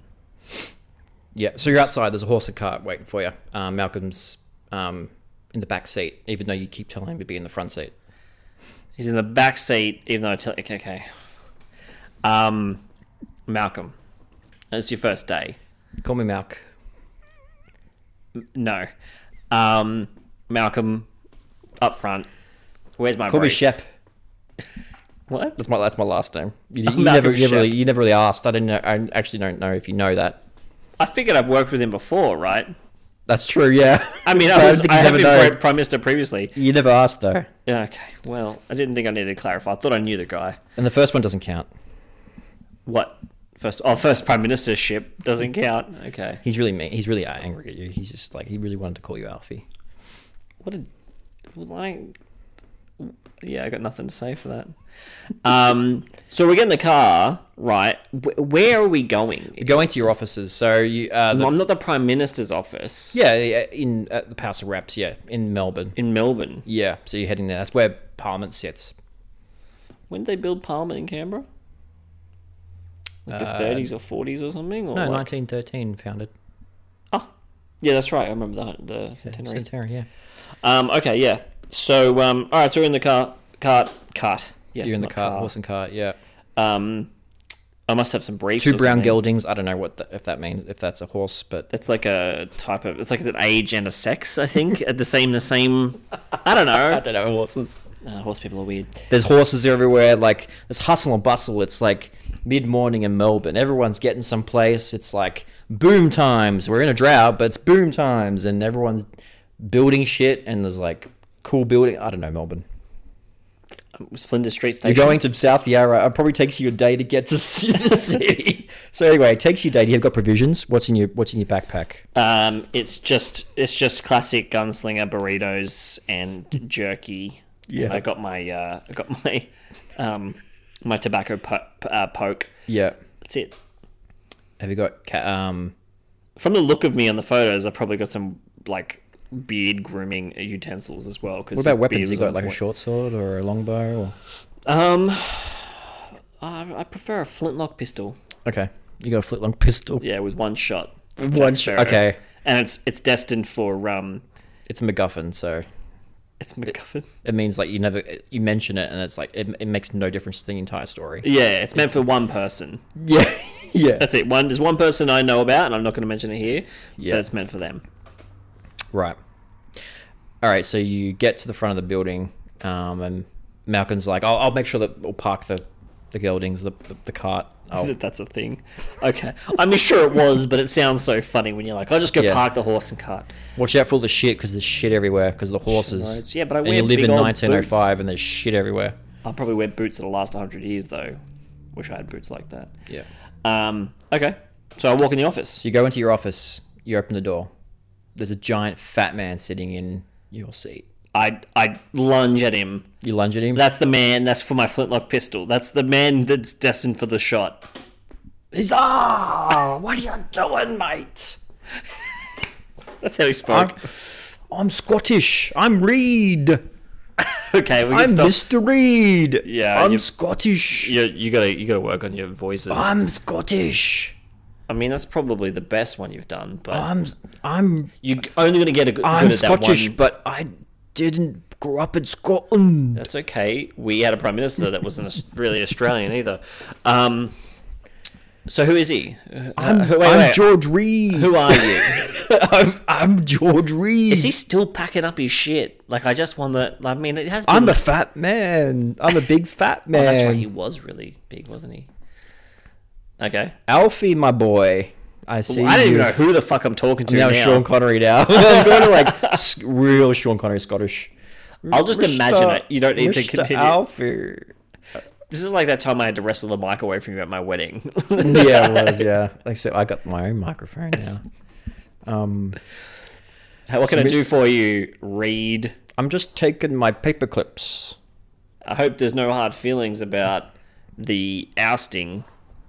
Speaker 1: Yeah. So you're outside. There's a horse and cart waiting for you. Um, Malcolm's um in the back seat, even though you keep telling him to be in the front seat.
Speaker 2: he's in the back seat, even though I tell. Okay, okay. Um, Malcolm, it's your first day.
Speaker 1: Call me Malk.
Speaker 2: No. Um, Malcolm, up front. Where's my
Speaker 1: Call me
Speaker 2: brief?
Speaker 1: Shep.
Speaker 2: What?
Speaker 1: That's my that's my last name. You, you
Speaker 2: Malcolm
Speaker 1: never you never,
Speaker 2: Shep.
Speaker 1: really, you never really asked. I didn't know. I actually don't know if you know that.
Speaker 2: I figured I've worked with him before, right?
Speaker 1: That's true. Yeah.
Speaker 2: I mean,
Speaker 1: But
Speaker 2: I,
Speaker 1: I
Speaker 2: was,
Speaker 1: don't think
Speaker 2: I,
Speaker 1: he's
Speaker 2: have
Speaker 1: ever
Speaker 2: been
Speaker 1: known.
Speaker 2: pri- prime minister previously.
Speaker 1: You never asked though,
Speaker 2: Yeah, okay. Well, I didn't think I needed to clarify. I thought I knew the guy.
Speaker 1: and the first one doesn't count.
Speaker 2: What? First, oh, first prime ministership doesn't count. Okay.
Speaker 1: He's really mean. He's really angry at you. He's just like he really wanted to call you Alfie.
Speaker 2: What a well, I yeah, I got nothing to say for that. Um, so we get in the car, right? Wh- Where are we going?
Speaker 1: Going to your offices, so you. Uh, the,
Speaker 2: I'm not the prime minister's office
Speaker 1: yeah, yeah, in uh, the House of Reps, yeah, in Melbourne.
Speaker 2: in Melbourne.
Speaker 1: Yeah, so you're heading there. That's where Parliament sits.
Speaker 2: When did they build Parliament in Canberra? Like the 30s or 40s or something? Or
Speaker 1: No,
Speaker 2: like-
Speaker 1: 1913 founded
Speaker 2: Oh, yeah, that's right. I remember the hun- the centenary.
Speaker 1: Centenary. Yeah,
Speaker 2: Um, okay, yeah. So, um, all right. So we're in the car, cart, cart. Yes,
Speaker 1: you're in the
Speaker 2: not
Speaker 1: cart, horse and cart. Yeah,
Speaker 2: Um, I must have some briefs.
Speaker 1: two
Speaker 2: or
Speaker 1: brown
Speaker 2: something.
Speaker 1: geldings. I don't know what the, if that means if that's a horse, but
Speaker 2: That's like a type of. It's like an age and a sex. I think at the same the same. I don't know.
Speaker 1: don't know horses.
Speaker 2: Uh, horse people are weird.
Speaker 1: There's horses everywhere. Like there's hustle and bustle. It's like mid morning in Melbourne. Everyone's getting someplace. It's like boom times. We're in a drought, but it's boom times, and everyone's building shit. And there's like cool building. I don't know Melbourne.
Speaker 2: It was Flinders Street
Speaker 1: You're
Speaker 2: Station.
Speaker 1: going to South Yarra. It probably takes you a day to get to see the city. so anyway, it takes you a day. You've got provisions. What's in your What's in your backpack?
Speaker 2: Um, it's just it's just classic gunslinger burritos and jerky.
Speaker 1: Yeah.
Speaker 2: And I got my uh, I got my um, my tobacco po- uh, poke.
Speaker 1: Yeah.
Speaker 2: That's it.
Speaker 1: Have you got ca- um?
Speaker 2: From the look of me on the photos, I've probably got some like beard grooming utensils as well. Cause
Speaker 1: What about
Speaker 2: this
Speaker 1: weapons?
Speaker 2: beard
Speaker 1: You
Speaker 2: was
Speaker 1: got
Speaker 2: on
Speaker 1: like a
Speaker 2: point.
Speaker 1: short sword or a longbow or
Speaker 2: Um, I, I prefer a flintlock pistol.
Speaker 1: okay. You got a flintlock pistol.
Speaker 2: Yeah, with one shot.
Speaker 1: One shot.
Speaker 2: Sparrow.
Speaker 1: Okay.
Speaker 2: And it's it's destined for um,
Speaker 1: It's a MacGuffin, so
Speaker 2: it's MacGuffin.
Speaker 1: it means like you never you mention it, and it's like it, it makes no difference to the entire story.
Speaker 2: Yeah, it's meant for one person.
Speaker 1: Yeah, yeah.
Speaker 2: That's it. One there's one person I know about, and I'm not going to mention it here.
Speaker 1: Yeah.
Speaker 2: but it's meant for them.
Speaker 1: Right. All right. So you get to the front of the building, um, and Malcolm's like, "I'll, I'll make sure that we'll park the the geldings, the the, the cart." I'll,
Speaker 2: That's a thing. Okay, I'm sure it was, but it sounds so funny when you're like, "I'll just go
Speaker 1: Yeah.
Speaker 2: park the horse and cart."
Speaker 1: watch out for all the shit because there's shit everywhere because the horses.
Speaker 2: loads. Yeah, but I
Speaker 1: and
Speaker 2: wear
Speaker 1: you live
Speaker 2: big
Speaker 1: in
Speaker 2: old
Speaker 1: 1905, and there's shit everywhere.
Speaker 2: I'll probably wear boots that'll last 100 years, though. Wish I had boots like that.
Speaker 1: Yeah.
Speaker 2: Um. Okay. So I walk in the office.
Speaker 1: So you go into your office, you open the door. There's a giant fat man sitting in your seat.
Speaker 2: I I lunge at him.
Speaker 1: You lunge at him.
Speaker 2: That's the man. That's for my flintlock pistol. That's the man that's destined for the shot.
Speaker 1: He's ah, what are you doing, mate?
Speaker 2: That's how he spoke.
Speaker 1: I'm Scottish. I'm Reed.
Speaker 2: okay, we can
Speaker 1: I'm
Speaker 2: stop.
Speaker 1: Mr. Reed.
Speaker 2: Yeah,
Speaker 1: I'm
Speaker 2: you-
Speaker 1: Scottish.
Speaker 2: you, you gotta you gotta work on your voices.
Speaker 1: I'm Scottish.
Speaker 2: I mean, that's probably the best one you've done, but
Speaker 1: I'm I'm
Speaker 2: you're only gonna get a good,
Speaker 1: I'm
Speaker 2: good at
Speaker 1: Scottish,
Speaker 2: that one.
Speaker 1: but I didn't grow up in Scotland.
Speaker 2: That's okay. We had a prime minister that wasn't Aus- really Australian either. Um, so who is he? Uh,
Speaker 1: I'm,
Speaker 2: who, wait,
Speaker 1: I'm
Speaker 2: wait,
Speaker 1: George Reed.
Speaker 2: who are you?
Speaker 1: I'm, I'm George Reed.
Speaker 2: is he still packing up his shit? Like I just want the. I mean, it has. Been
Speaker 1: I'm a fat man. I'm a big fat man.
Speaker 2: That's right. He was really big, wasn't he? Okay.
Speaker 1: Alfie, my boy. I see.
Speaker 2: I don't even
Speaker 1: you.
Speaker 2: know who the fuck I'm talking to
Speaker 1: now,
Speaker 2: now.
Speaker 1: Sean Connery now. I'm going to like s- real Sean Connery Scottish.
Speaker 2: I'll just imagine it. You don't need to continue.
Speaker 1: Alfie.
Speaker 2: This is like that time I had to wrestle the mic away from you at my wedding.
Speaker 1: yeah, it was. Yeah. Like, so I got my own microphone now. Um,
Speaker 2: what can I do
Speaker 1: Mr.
Speaker 2: for you, Reed?
Speaker 1: I'm just taking my paper clips.
Speaker 2: I hope there's no hard feelings about the ousting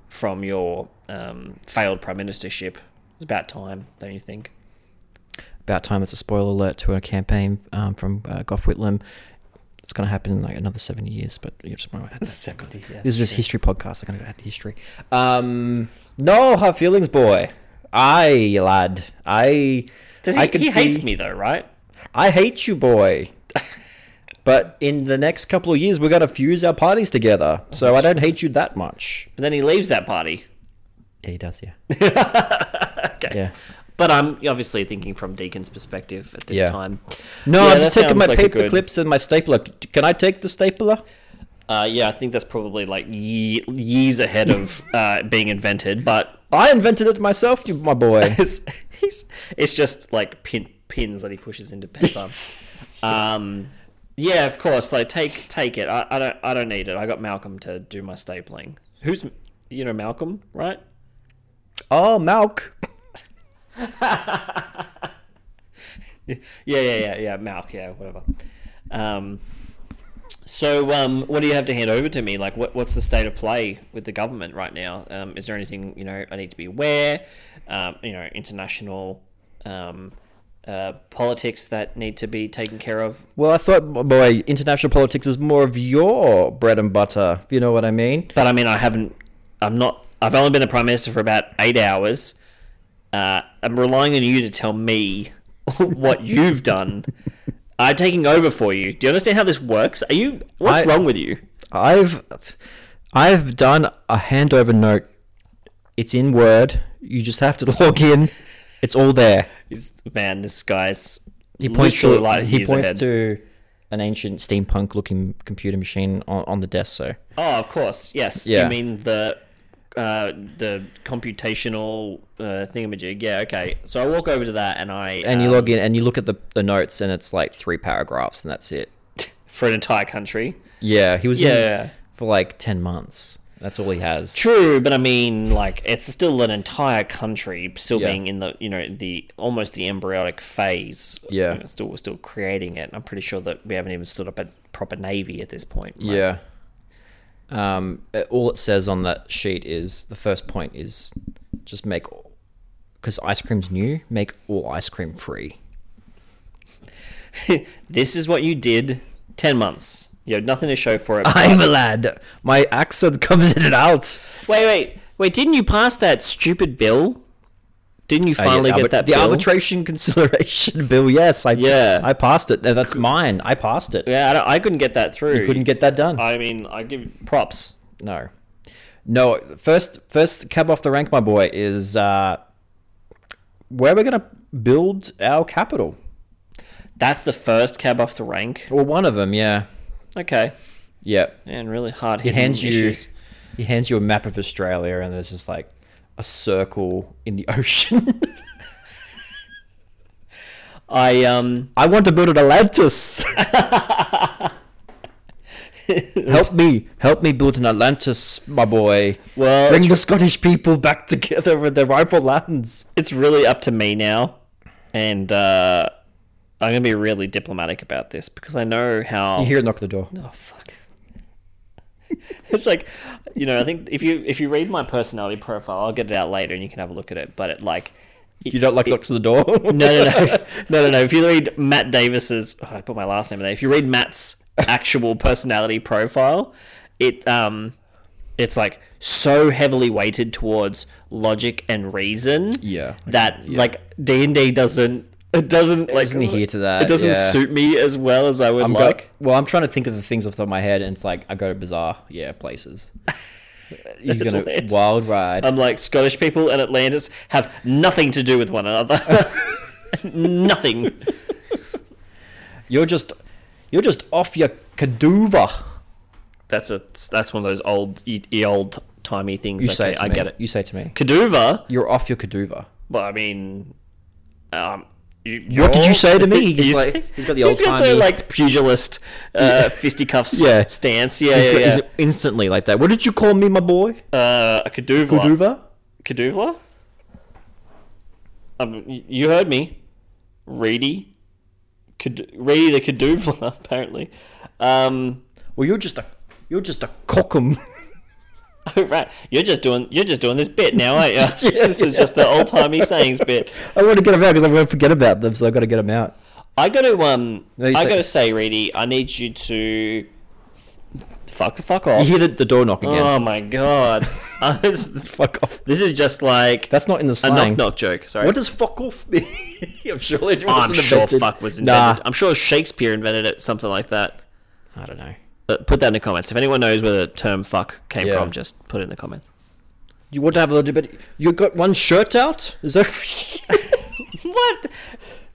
Speaker 2: from your um, failed prime ministership. It's about time, don't you think?
Speaker 1: About time it's a spoiler alert to a campaign um, from uh, Gough Whitlam. It's going to happen in like another 70 years, but you just want to add that.
Speaker 2: Seventy.
Speaker 1: This is just history podcast. I'm going to add the history. Um, no hard feelings, boy. I lad. I.
Speaker 2: Does he,
Speaker 1: I can
Speaker 2: he
Speaker 1: see,
Speaker 2: hates me though, right?
Speaker 1: I hate you, boy. but in the next couple of years, we're going to fuse our parties together. So I don't hate you that much.
Speaker 2: But then he leaves that party.
Speaker 1: Yeah, he does. Yeah. okay. Yeah.
Speaker 2: But I'm obviously thinking from Deacon's perspective at this
Speaker 1: Yeah.
Speaker 2: time.
Speaker 1: No,
Speaker 2: Yeah,
Speaker 1: I'm
Speaker 2: that
Speaker 1: just taking
Speaker 2: sounds
Speaker 1: my
Speaker 2: like a
Speaker 1: paper
Speaker 2: good-
Speaker 1: clips and my stapler. Can I take the stapler?
Speaker 2: Uh, yeah, I think that's probably like ye- years ahead of uh, being invented, but
Speaker 1: I invented it myself, you my boy.
Speaker 2: it's, it's, it's just like pin, pins that he pushes into paper. um, yeah, of course. Like take take it. I, I don't I don't need it. I got Malcolm to do my stapling. Who's you know Malcolm, right?
Speaker 1: oh, Malk.
Speaker 2: Yeah, yeah, yeah, yeah. Malk, yeah, whatever. Um, so um, what do you have to hand over to me? Like, what, what's the state of play with the government right now? Um, is there anything you know I need to be aware? Um, you know, international. Um, uh, politics that need to be taken care of
Speaker 1: Well, I thought, my boy, international politics is more of your bread and butter, if you know what I mean.
Speaker 2: But I mean, I haven't. I'm not. I've only been a prime minister for about eight hours. Uh, I'm relying on you to tell me what you've done. I'm taking over for you. Do you understand how this works? Are you? What's
Speaker 1: I-
Speaker 2: wrong with you?
Speaker 1: I've I've done a handover note. It's in Word. You just have to log in. It's all there.
Speaker 2: He's, man, this guy's.
Speaker 1: He points to
Speaker 2: literally light
Speaker 1: he
Speaker 2: years
Speaker 1: points
Speaker 2: ahead.
Speaker 1: to an ancient steampunk looking computer machine on, on the desk. So
Speaker 2: Oh, of course. Yes.
Speaker 1: Yeah.
Speaker 2: You mean the. Uh, the computational uh, thingamajig. Yeah, okay. So I walk over to that and I
Speaker 1: and
Speaker 2: uh,
Speaker 1: you log in and you look at the, the notes and it's like three paragraphs and that's it.
Speaker 2: for an entire country.
Speaker 1: Yeah, he was in
Speaker 2: Yeah.
Speaker 1: for like ten months. That's all he has.
Speaker 2: True, but I mean, like, it's still an entire country still
Speaker 1: Yeah.
Speaker 2: being in the you know the almost the embryonic phase.
Speaker 1: Yeah.
Speaker 2: You know, still we're still creating it. And I'm pretty sure that we haven't even stood up a proper navy at this point. right?
Speaker 1: Yeah. Um, it- all it says on that sheet is the first point is just make because ice cream's new. Make all ice cream free.
Speaker 2: This is what you did. Ten months. You have nothing to show for it.
Speaker 1: I'm a lad. My accent comes in and out.
Speaker 2: wait, wait, wait! Didn't you pass that stupid bill? Didn't you finally
Speaker 1: Uh,
Speaker 2: get
Speaker 1: arbit-
Speaker 2: that
Speaker 1: the
Speaker 2: bill?
Speaker 1: arbitration conciliation bill. Yes, I
Speaker 2: Yeah.
Speaker 1: I passed it. No, that's mine. I passed it.
Speaker 2: yeah, I, don't- I couldn't get that through.
Speaker 1: Couldn't get that done.
Speaker 2: I mean, I give props.
Speaker 1: No, no. First, first cab off the rank, my boy, is uh, where we're gonna build our capital.
Speaker 2: That's the first cab off the rank.
Speaker 1: Well, one of them, yeah,
Speaker 2: Okay,
Speaker 1: yeah.
Speaker 2: and really hard hitting
Speaker 1: hands you
Speaker 2: Mm, issues.
Speaker 1: he hands you a map of Australia, and there's just like a circle in the ocean.
Speaker 2: I um.
Speaker 1: I want to build an Atlantis. help me, help me build an Atlantis, my boy.
Speaker 2: Well,
Speaker 1: Bring
Speaker 2: it's-
Speaker 1: the Scottish people back together with their rival lands.
Speaker 2: it's really up to me now, and uh, I'm gonna be really diplomatic about this because I know how.
Speaker 1: You hear a knock at the door.
Speaker 2: oh fuck! it's like, you know, I think if you if you read my personality profile, I'll get it out later and you can have a look at it. But it like,
Speaker 1: You don't like locks to the door.
Speaker 2: No, no, no, no, no, no. If you read Matt Davis's, oh, I put my last name in there. If you read Matt's actual personality profile, it um, it's like so heavily weighted towards logic and reason.
Speaker 1: Yeah.
Speaker 2: that like D and D doesn't it doesn't like
Speaker 1: doesn't adhere to that,
Speaker 2: It doesn't
Speaker 1: yeah.
Speaker 2: suit me as well as I would
Speaker 1: I'm go-
Speaker 2: like.
Speaker 1: well, I'm trying to think of the things off the top of my head, and it's like I go to bizarre, yeah, places. You're gonna
Speaker 2: It's-
Speaker 1: wild ride.
Speaker 2: I'm like Scottish people and Atlantis have nothing to do with one another. nothing.
Speaker 1: you're just, you're just off your caduva.
Speaker 2: That's a that's one of those old e- e- old timey things.
Speaker 1: You
Speaker 2: okay,
Speaker 1: say it to
Speaker 2: I
Speaker 1: me.
Speaker 2: get it.
Speaker 1: You say to me,
Speaker 2: Caduva.
Speaker 1: you're off your caduva.
Speaker 2: Well, I mean, um, you,
Speaker 1: What did you
Speaker 2: you're-
Speaker 1: say to me?
Speaker 2: You
Speaker 1: He's
Speaker 2: say-
Speaker 1: like- he's got the
Speaker 2: He's got the
Speaker 1: old-timey-
Speaker 2: like pugilist uh, fisticuffs
Speaker 1: Yeah.
Speaker 2: stance. Yeah,
Speaker 1: He's
Speaker 2: yeah,
Speaker 1: got-
Speaker 2: yeah.
Speaker 1: he's instantly like that. What did you call me, my boy?
Speaker 2: uh, a caduva.
Speaker 1: Caduva.
Speaker 2: Caduva. Um, y- you heard me, Reedy. Cad- Reedy the Caduva, apparently. Um,
Speaker 1: Well, you're just a, you're just a cockum.
Speaker 2: oh, right, you're just doing you're just doing this bit now, aren't you? this is just the old timey sayings bit.
Speaker 1: I want to get them out because I'm going to forget about them, so I've got to get them out.
Speaker 2: I got to um,
Speaker 1: No,
Speaker 2: I
Speaker 1: you say-
Speaker 2: got to say, Reedy, I need you to f- fuck the fuck
Speaker 1: You
Speaker 2: off.
Speaker 1: hear the, the door knock again.
Speaker 2: Oh my god, I was-
Speaker 1: Uh, fuck off.
Speaker 2: this is just like
Speaker 1: That's not in the
Speaker 2: a
Speaker 1: slang.
Speaker 2: knock knock joke. Sorry,
Speaker 1: What does fuck off mean? I'm sure it
Speaker 2: Oh,
Speaker 1: was
Speaker 2: I'm sure fuck was invented. I'm sure Shakespeare invented it, something like that.
Speaker 1: Nah, I don't know.
Speaker 2: But put that in the comments. If anyone knows where the term fuck came
Speaker 1: Yeah.
Speaker 2: from, just put it in the comments.
Speaker 1: You want to have a little bit? You got one shirt out? Is that?
Speaker 2: What?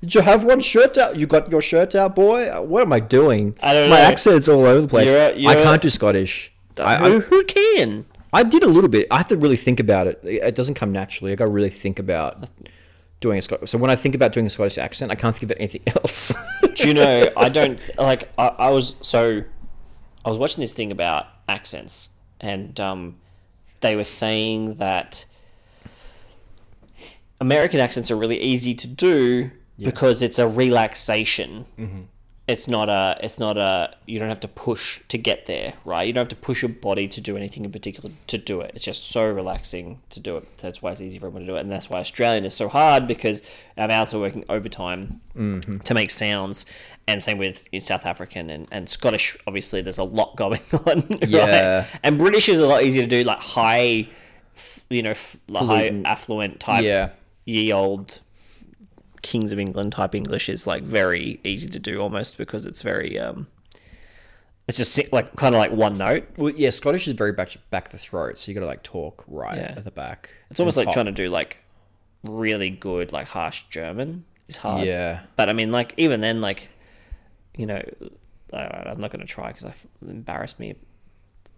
Speaker 1: Did you have one shirt out? You got your shirt out, boy. What am I doing?
Speaker 2: I don't
Speaker 1: My
Speaker 2: know.
Speaker 1: accent's all over the place.
Speaker 2: You're a- you're
Speaker 1: I can't
Speaker 2: a-
Speaker 1: do Scottish.
Speaker 2: who,
Speaker 1: I, I,
Speaker 2: who can?
Speaker 1: I did a little bit. I have to really think about it. It it doesn't come naturally. I got to really think about doing a Scottish. So when I think about doing a Scottish accent, I can't think of anything else.
Speaker 2: Do you know? I don't like. I, I was so. I was watching this thing about accents, and um, they were saying that American accents are really easy to do because it's a relaxation. It's not a. It's not a. You don't have to push to get there, right? You don't have to push your body to do anything in particular to do it. It's just so relaxing to do it. So that's why it's easy for everyone to do it, and that's why Australian is so hard because our mouths are working overtime to make sounds. And same with South African and, and Scottish. Obviously, there's a lot going on. right?
Speaker 1: Yeah.
Speaker 2: And British is a lot easier to do, like high, f- you know, f- like high affluent type
Speaker 1: yeah.
Speaker 2: ye old kings of england type english is like very easy to do almost because it's very um it's just si- like kind of like one note
Speaker 1: Well, yeah. Scottish is very back back the throat, so you got to like talk right
Speaker 2: Yeah.
Speaker 1: at the back.
Speaker 2: it's almost like trying to do like really good like harsh german is hard
Speaker 1: Yeah.
Speaker 2: but i mean like even then like you know I, i'm not going to try because i f- embarrass me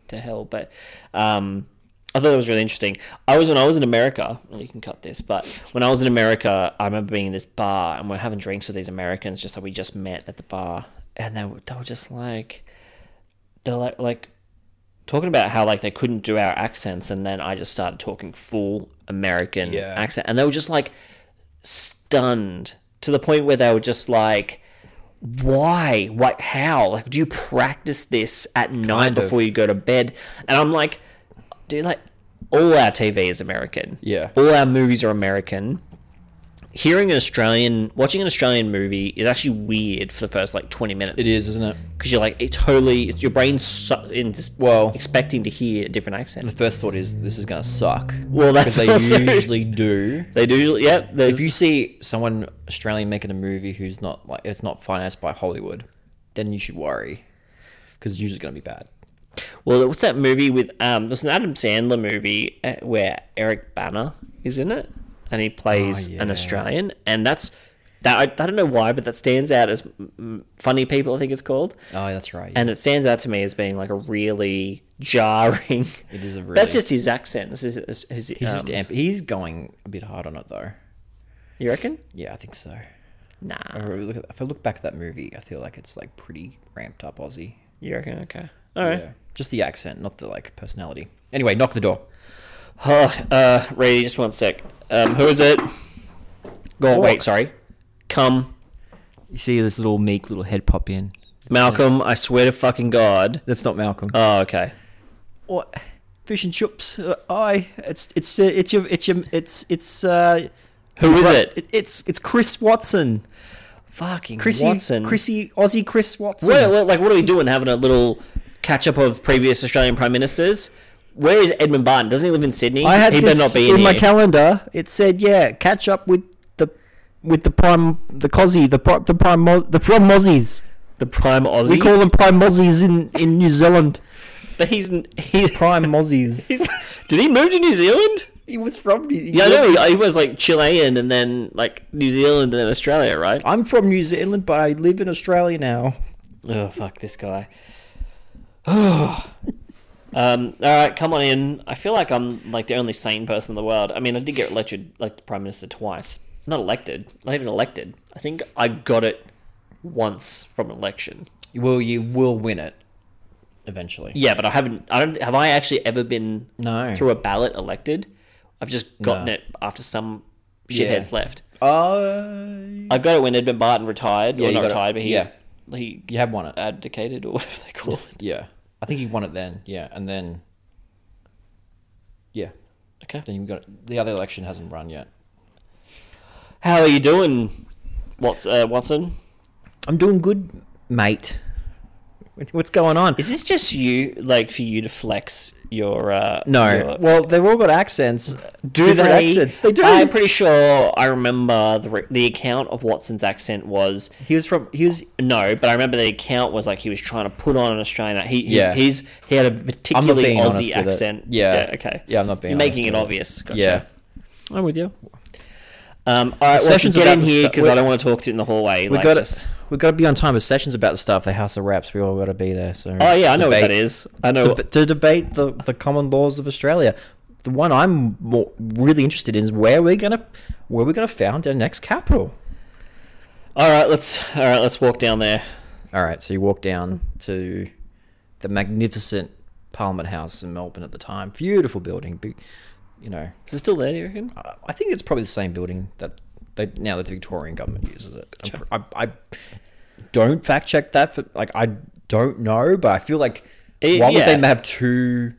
Speaker 2: to hell but um I thought it was really interesting. I was when I was in America. Well, you can cut this, but when I was in America, I remember being in this bar and we're having drinks with these Americans, just that we just met at the bar, and they were, they were just like, they're like like talking about how like they couldn't do our accents, and then I just started talking full American
Speaker 1: Yeah.
Speaker 2: accent, and they were just like stunned to the point where they were just like. Why? What? How? Like, do you practice this at night
Speaker 1: of.
Speaker 2: before you go to bed? And I'm like, dude, like all our TV is American.
Speaker 1: Yeah.
Speaker 2: All our movies are American. Hearing an Australian, watching an Australian movie is actually weird for the first like 20 minutes
Speaker 1: It is, isn't it?
Speaker 2: because you're like, it totally, it's, your brain's so, in this,
Speaker 1: Well-
Speaker 2: expecting to hear a different accent.
Speaker 1: First thought is this is gonna suck.
Speaker 2: Well, that's
Speaker 1: Because they
Speaker 2: also-
Speaker 1: usually do.
Speaker 2: They do, yeah. There's,
Speaker 1: If you see someone Australian making a movie who's not like it's not financed by Hollywood, then you should worry because it's usually gonna be bad.
Speaker 2: well, what's that movie with, um, there's an Adam Sandler movie uh, where Eric Banner is in it and he plays an
Speaker 1: Oh, yeah.
Speaker 2: Australian. And that's, that I, I don't know why, but that stands out as mm, Funny People, I think it's called.
Speaker 1: Oh, that's right.
Speaker 2: and it stands out to me as being like a really jarring.
Speaker 1: it is a really.
Speaker 2: That's just his accent. This is his. his
Speaker 1: he's
Speaker 2: um,
Speaker 1: just amp- he's going a bit hard on it though.
Speaker 2: you reckon?
Speaker 1: Yeah, I think so.
Speaker 2: Nah.
Speaker 1: Or look at- If I look back at that movie, I feel like it's like pretty ramped up Aussie.
Speaker 2: You reckon? Okay. All right.
Speaker 1: Yeah, just the accent, not the like personality. Anyway, knock the door.
Speaker 2: Oh, uh, Ray, just one sec. Um, who is it? Go on. Wait, sorry. Come,
Speaker 1: You see this little meek little head pop in.
Speaker 2: Malcolm. I swear to fucking God.
Speaker 1: That's not Malcolm.
Speaker 2: Oh, okay.
Speaker 1: What? Fish and chips. Uh, aye, it's it's uh, it's your it's your it's it's uh,
Speaker 2: Who is it?
Speaker 1: it? It's it's Chris Watson.
Speaker 2: Fucking
Speaker 1: Chrissy
Speaker 2: Watson.
Speaker 1: Chrissy Aussie Chris Watson.
Speaker 2: Where, where- like, what are we doing? Having a little catch up of previous Australian prime ministers. Where is Edmund Barton? Doesn't he live in Sydney?
Speaker 1: I had
Speaker 2: he
Speaker 1: this in, my
Speaker 2: here.
Speaker 1: calendar. It said, "Yeah, catch up with the with the prime the Cozzy the pri- the prime Mo- the prime Mozzies.
Speaker 2: the prime Aussie.
Speaker 1: We call them prime Mozzies in in New Zealand.
Speaker 2: but he's he's
Speaker 1: Prime Mozzies.
Speaker 2: Did he move to New Zealand?
Speaker 1: he was from New
Speaker 2: Yeah, I know he, he was like Chilean and then like New Zealand and then Australia, right?
Speaker 1: I'm from New Zealand, but I live in Australia now.
Speaker 2: Oh fuck this guy. um, all right, come on in. I feel like I'm like the only sane person in the world. I mean, I did get elected like prime minister twice. Not elected, not even elected. I think I got it once from an election.
Speaker 1: Well, you will win it eventually.
Speaker 2: Yeah, but I haven't. I don't. Have I actually ever been
Speaker 1: No.
Speaker 2: through a ballot elected? I've just gotten
Speaker 1: No.
Speaker 2: it after some
Speaker 1: Yeah.
Speaker 2: shitheads left.
Speaker 1: Uh,
Speaker 2: I got it when Edmund Barton retired,
Speaker 1: Yeah,
Speaker 2: or
Speaker 1: you
Speaker 2: not
Speaker 1: got it.
Speaker 2: retired, but he
Speaker 1: Yeah.
Speaker 2: he
Speaker 1: you have won it.
Speaker 2: abdicated or whatever they call it.
Speaker 1: Yeah, I think he won it then. Yeah, and then yeah,
Speaker 2: Okay.
Speaker 1: then you got the other election hasn't run yet.
Speaker 2: How are you doing, What's uh, Watson?
Speaker 1: I'm doing good, mate. What's- What's going on?
Speaker 2: Is this just you, like, for you to flex your? Uh,
Speaker 1: no,
Speaker 2: your-
Speaker 1: well they've all got accents.
Speaker 2: Do
Speaker 1: different
Speaker 2: they?
Speaker 1: accents? They do.
Speaker 2: I'm pretty sure I remember the, re- the account of Watson's accent was
Speaker 1: he was from. He was.
Speaker 2: no, but I remember the account was like he was trying to put on an Australian. He his,
Speaker 1: Yeah.
Speaker 2: his he had a particularly
Speaker 1: being honest with
Speaker 2: Aussie
Speaker 1: it.
Speaker 2: accent.
Speaker 1: Yeah.
Speaker 2: Okay.
Speaker 1: Yeah, I'm not being
Speaker 2: You're making
Speaker 1: honest
Speaker 2: it
Speaker 1: with
Speaker 2: obvious. Gotcha.
Speaker 1: Yeah.
Speaker 2: I'm with you. Um, all right,
Speaker 1: session's
Speaker 2: sessions get
Speaker 1: about
Speaker 2: in
Speaker 1: to
Speaker 2: here
Speaker 1: sta-
Speaker 2: because
Speaker 1: we-
Speaker 2: I don't want to talk to you in the hallway.
Speaker 1: We
Speaker 2: like,
Speaker 1: got
Speaker 2: just-
Speaker 1: to We got to be on time with sessions about the stuff. The House of Reps. We all got to be there. So.
Speaker 2: Oh yeah, I know what that is. I know.
Speaker 1: To, to debate the, the common laws of Australia. The one I'm more really interested in is where we're gonna where we're gonna found our next capital.
Speaker 2: all right, let's all right, let's walk down there.
Speaker 1: All right, so you walk down to the magnificent Parliament House in Melbourne at the time. Beautiful building. Big, you know,
Speaker 2: Is it still there? Do you reckon?
Speaker 1: I I think it's probably the same building that they now the Victorian government uses it. I'm pr- I, I don't fact check that for like I don't know, but I feel like
Speaker 2: Eh,
Speaker 1: why
Speaker 2: yeah.
Speaker 1: would they have two?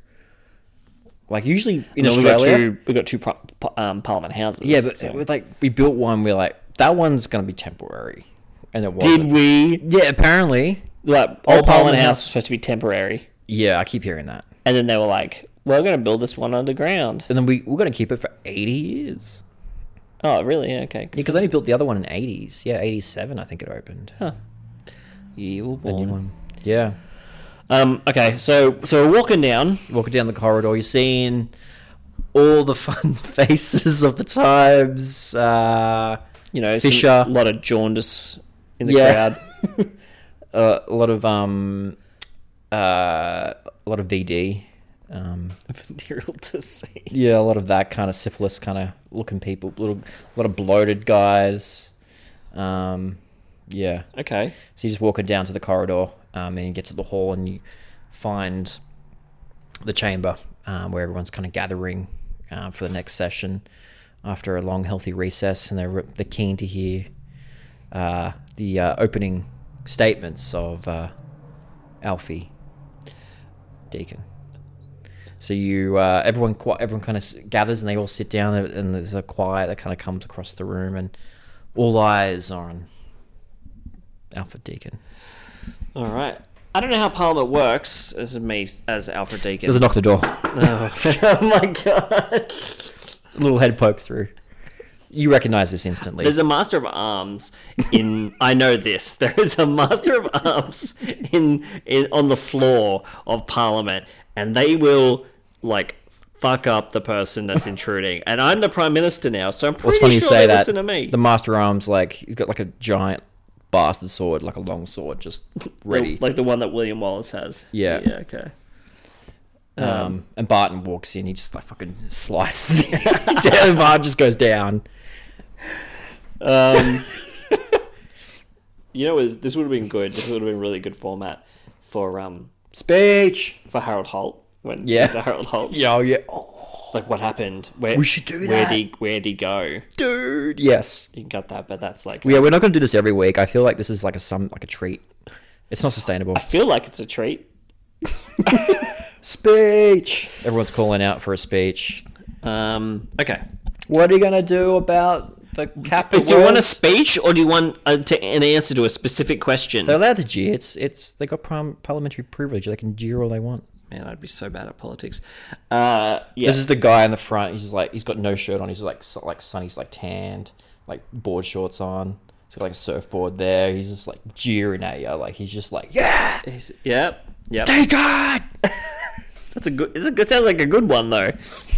Speaker 1: Like usually in
Speaker 2: No, we got
Speaker 1: Australia,
Speaker 2: two. We got two pro, pa- um, Parliament houses.
Speaker 1: yeah, but
Speaker 2: so-
Speaker 1: it was like we built one. We're like that one's gonna be temporary, and it
Speaker 2: did
Speaker 1: wasn't.
Speaker 2: we
Speaker 1: yeah, apparently.
Speaker 2: like old Parliament
Speaker 1: Parliament
Speaker 2: House was
Speaker 1: House.
Speaker 2: supposed to be temporary,
Speaker 1: Yeah, I keep hearing that.
Speaker 2: and then they were like, "Well, we're going to build this one underground."
Speaker 1: And then we we're gonna keep it for eighty years.
Speaker 2: Oh, really? Yeah, okay.
Speaker 1: Yeah, because they only built the other one in eighties. Yeah, eighty seven, I think it opened.
Speaker 2: You were
Speaker 1: The new
Speaker 2: born.
Speaker 1: one. Yeah.
Speaker 2: Um. Okay. So so we're walking down.
Speaker 1: Walking down the corridor, you're seeing all the fun faces of the times. Uh,
Speaker 2: You know,
Speaker 1: Fisher.
Speaker 2: a lot of jaundice in the
Speaker 1: Yeah.
Speaker 2: crowd.
Speaker 1: uh, a lot of um, uh, a lot of VD. Um,
Speaker 2: Venereal disease.
Speaker 1: yeah, a lot of that kind of syphilis kind of looking people. Little, a lot of bloated guys. Um, yeah.
Speaker 2: Okay.
Speaker 1: So you're just walking down to the corridor, um, and you get to the hall, and you find the chamber um, where everyone's kind of gathering uh, for the next session after a long, healthy recess, and they're they're keen to hear uh, the uh, opening statements of uh, Alfie Deacon. So you, uh, everyone, qui- everyone kind of gathers, and they all sit down, and- and there's a quiet that kind of comes across the room, and all eyes are on Alfred Deacon.
Speaker 2: All right. I don't know how Parliament works as me as Alfred Deacon.
Speaker 1: There's a knock at the door.
Speaker 2: oh. my god.
Speaker 1: little head pokes through. You recognize this instantly.
Speaker 2: There's a Master of Arms in. I know this. There is a Master of Arms in, in on the floor of Parliament, and they will like fuck up the person that's intruding. And I'm the Prime Minister now, so I'm pretty
Speaker 1: What's funny
Speaker 2: sure
Speaker 1: you say
Speaker 2: they
Speaker 1: that
Speaker 2: listen to me.
Speaker 1: the master arms like he's got like a giant bastard sword, like a long sword, just ready.
Speaker 2: like the one that William Wallace has.
Speaker 1: Yeah.
Speaker 2: Yeah. Okay.
Speaker 1: um, and Barton walks in, he just like fucking slices. down, Barton just goes down.
Speaker 2: Um, you know, is this would have been good. This would have been really good format for um
Speaker 1: Speech.
Speaker 2: for Harold Holt when
Speaker 1: Yeah.
Speaker 2: to Harold Holt.
Speaker 1: Yeah, oh, yeah. Oh,
Speaker 2: Like what happened? Where
Speaker 1: We should do
Speaker 2: Where
Speaker 1: that.
Speaker 2: did he, where'd he go?
Speaker 1: dude. Yes.
Speaker 2: You can cut that, but that's like
Speaker 1: Yeah, we're not gonna do this every week. I feel like this is like a some like a treat. It's not sustainable.
Speaker 2: I feel like it's a treat.
Speaker 1: Speech. Everyone's calling out for a speech.
Speaker 2: Um, okay.
Speaker 1: What are you gonna do about the cap.
Speaker 2: Do you want a
Speaker 1: words.
Speaker 2: speech or do you want a, to, an answer to a specific question?
Speaker 1: They're allowed to jeer. It's it's they got prom- parliamentary privilege. They can jeer all they want.
Speaker 2: Man, I'd be so bad at politics. Uh, yeah.
Speaker 1: This is the guy in the front. He's just like he's got no shirt on. He's like s- like sun. He's like tanned, like board shorts on. He's got like a surfboard there. He's just like jeering at you. Like he's just like yeah,
Speaker 2: Is- Yep. Yep.
Speaker 1: thank God.
Speaker 2: That's a good. It's a good. Sounds like a good one though.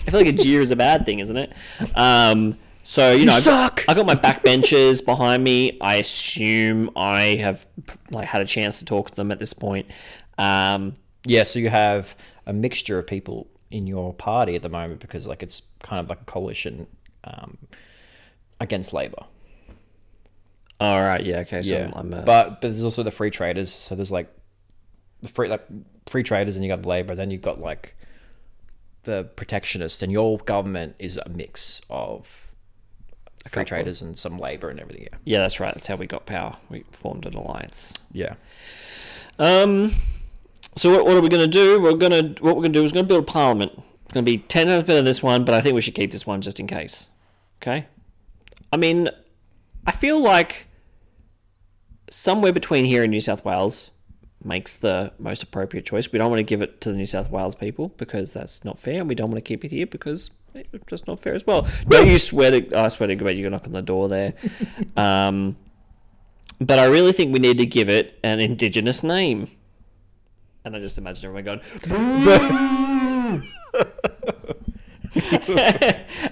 Speaker 2: I feel like a jeer is a bad thing, isn't it? Um. So you, know, I've got-
Speaker 1: suck!
Speaker 2: I got my backbenchers behind me. I assume I have like had a chance to talk to them at this point. Um.
Speaker 1: Yeah, so you have a mixture of people in your party at the moment because like it's kind of like a coalition um, against Labour.
Speaker 2: All right. Yeah. Okay. So
Speaker 1: Yeah,
Speaker 2: I'm. I'm uh,
Speaker 1: but but there's also the free traders. So there's like the free like free traders, and you got Labour. Then you've got like the protectionist, and your government is a mix of free traders and some Labour and everything. Yeah,
Speaker 2: yeah. That's right. That's how we got power. We formed an alliance.
Speaker 1: yeah.
Speaker 2: Um, so what, what are we going to do? We're going to what we're going to do is going to build a parliament. It's going to be ten out of ten of this one, but I think we should keep this one just in case. Okay. I mean, I feel like somewhere between here and New South Wales makes the most appropriate choice. We don't want to give it to the New South Wales people because that's not fair, and we don't want to keep it here because it's just not fair as well. Don't you swear to? I swear to God, you can knock on the door there. Um, but I really think we need to give it an indigenous name. And I just imagine everyone going,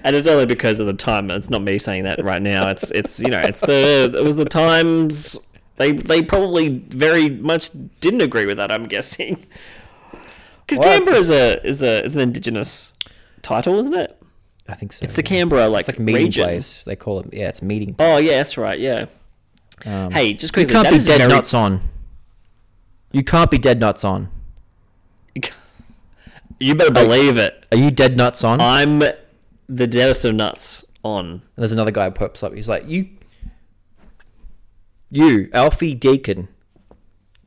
Speaker 2: and it's only because of the time. It's not me saying that right now. It's it's you know it's the it was the times. They they probably very much didn't agree with that. I'm guessing because
Speaker 1: Well, I-
Speaker 2: Canberra is a is a is an indigenous title, isn't it?
Speaker 1: I think so.
Speaker 2: It's the Canberra like,
Speaker 1: it's like meeting
Speaker 2: region.
Speaker 1: place. They call it. Yeah, it's meeting.
Speaker 2: Oh yeah, that's right. Yeah.
Speaker 1: Um,
Speaker 2: hey, just quickly,
Speaker 1: can't
Speaker 2: that
Speaker 1: be
Speaker 2: is
Speaker 1: dead
Speaker 2: very-
Speaker 1: nuts on. You can't be dead nuts on.
Speaker 2: You better believe it.
Speaker 1: Are you dead nuts on?
Speaker 2: I'm the deadest of nuts on.
Speaker 1: And there's another guy who pops up. He's like, "You, you, Alfie Deacon,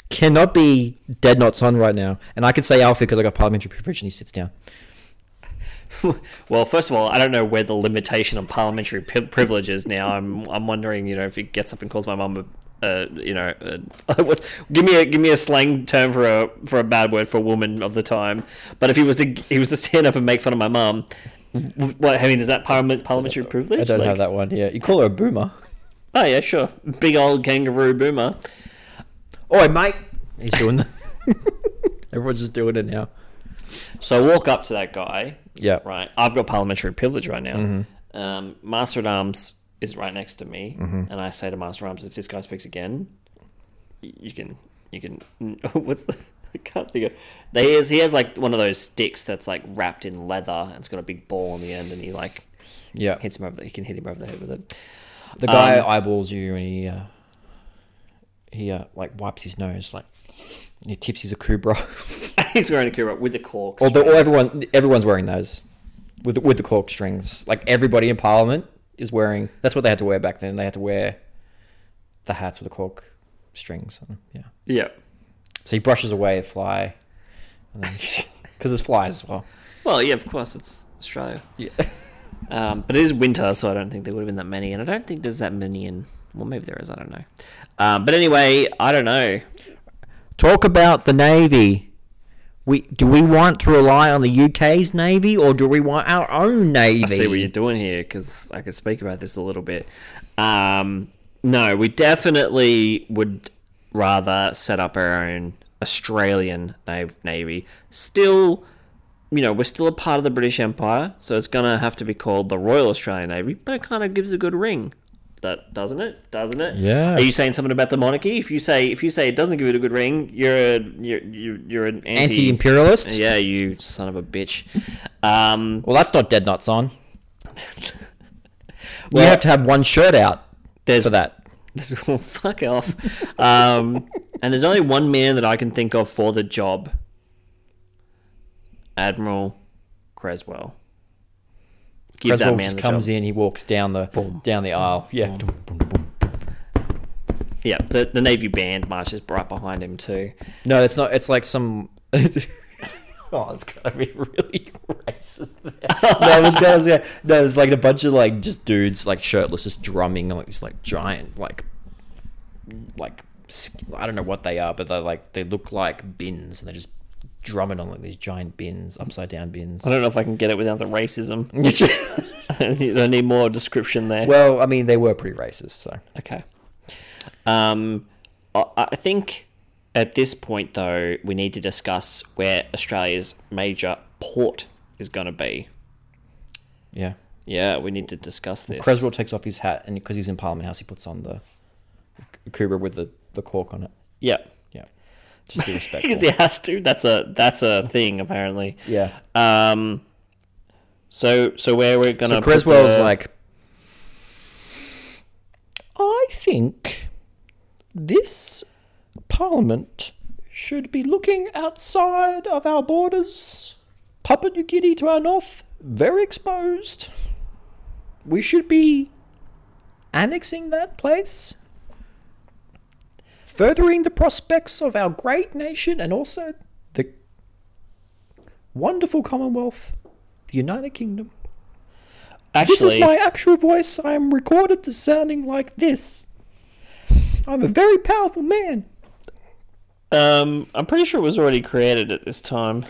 Speaker 1: cannot be dead not son right now." And I could say Alfie because I got parliamentary privilege, and he sits down.
Speaker 2: Well, first of all, I don't know where the limitation on parliamentary pri- privilege is now. I'm I'm wondering, you know, if he gets up and calls my mum a, uh, you know, uh, what's, give me a give me a slang term for a for a bad word for a woman of the time. But if he was to he was to stand up and make fun of my mum, w- what I mean is that parliament, parliamentary privilege?
Speaker 1: I don't
Speaker 2: Like-
Speaker 1: have that one. Yeah, you call her a boomer.
Speaker 2: Oh yeah, sure, big old kangaroo boomer.
Speaker 1: Oi, mate. He's doing that. Everyone's just doing it now.
Speaker 2: So I walk up to that guy.
Speaker 1: Yeah.
Speaker 2: Right. I've got parliamentary privilege right now.
Speaker 1: Mm-hmm.
Speaker 2: Um, Master at Arms is right next to me, and I say to Master at Arms, "If this guy speaks again, y- you can, you can. What's the? I can't think of. They has, he has like one of those sticks that's like wrapped in leather, and it's got a big ball on the end, and he like
Speaker 1: Yeah.
Speaker 2: hits him over. The, he can hit him over the head with it.
Speaker 1: The guy
Speaker 2: Um,
Speaker 1: eyeballs you, and he uh, he uh, like wipes his nose, like he tips his a kubra.
Speaker 2: He's wearing a kira with the cork.
Speaker 1: Although all everyone everyone's wearing those with the, with the cork strings. Like everybody in Parliament is wearing. That's what they had to wear back then. They had to wear the hats with the cork strings. on them, Yeah.
Speaker 2: yeah.
Speaker 1: So he brushes away a fly, because there's flies as well.
Speaker 2: Well, yeah, of course, it's Australia.
Speaker 1: Yeah.
Speaker 2: Um, but it is winter, so I don't think there would have been that many, and I don't think there's that many in. Well, maybe there is. I don't know. Um, but anyway, I don't know.
Speaker 1: Talk about the navy. We do we want to rely on the UK's navy or do we want our own navy?
Speaker 2: I see what you're doing here because I could speak about this a little bit. Um, no, we definitely would rather set up our own Australian na- navy. Still, you know, we're still a part of the British Empire, so it's gonna have to be called the Royal Australian Navy. But it kind of gives a good ring. That doesn't it? Doesn't it?
Speaker 1: Yeah.
Speaker 2: Are you saying something about the monarchy? If you say if you say it doesn't give it a good ring, you're a, you're you're, you're an anti.
Speaker 1: Anti-imperialist.
Speaker 2: yeah, you son of a bitch. Um,
Speaker 1: Well, that's not dead nuts on. you have to have one shirt out
Speaker 2: There's-
Speaker 1: for that.
Speaker 2: This will fuck off. Um, and there's only one man that I can think of for the job Admiral Creswell. Give
Speaker 1: Creswell
Speaker 2: that man
Speaker 1: just
Speaker 2: the
Speaker 1: comes
Speaker 2: job.
Speaker 1: in. He walks down the down the aisle. Yeah,
Speaker 2: Yeah, the, the Navy band marches right behind him, too.
Speaker 1: no, it's not. It's like some. oh, it's gotta be really
Speaker 2: faces there.
Speaker 1: no, it was guys. Yeah, no, it was like a bunch of like just dudes like shirtless, just drumming on like, this like giant like like sk- I don't know what they are, but they are like they look like bins, and they're just drumming on like these giant bins, upside down bins.
Speaker 2: I don't know if I can get it without the racism. I need more description there.
Speaker 1: well, I mean, they were pretty racist, so
Speaker 2: Okay. Um, I I think at this point, though, we need to discuss where Australia's major port is going to be.
Speaker 1: yeah.
Speaker 2: Yeah, we need to discuss this.
Speaker 1: Creswell takes off his hat, and because he's in Parliament House, he puts on the Cobra with the the cork on it.
Speaker 2: yeah,
Speaker 1: Yeah, just to be
Speaker 2: because
Speaker 1: respectful.
Speaker 2: he has to. That's a that's a thing apparently.
Speaker 1: yeah.
Speaker 2: Um, so so where we're gonna
Speaker 1: So
Speaker 2: put
Speaker 1: Creswell's
Speaker 2: the-
Speaker 1: like, I think this parliament should be looking outside of our borders. Papua New Guinea to our north, very exposed. We should be annexing that place, furthering the prospects of our great nation and also the wonderful Commonwealth, the United Kingdom.
Speaker 2: actually
Speaker 1: This is my actual voice. I am recorded as sounding like this. I'm a very powerful man.
Speaker 2: um I'm pretty sure it was already created at this time.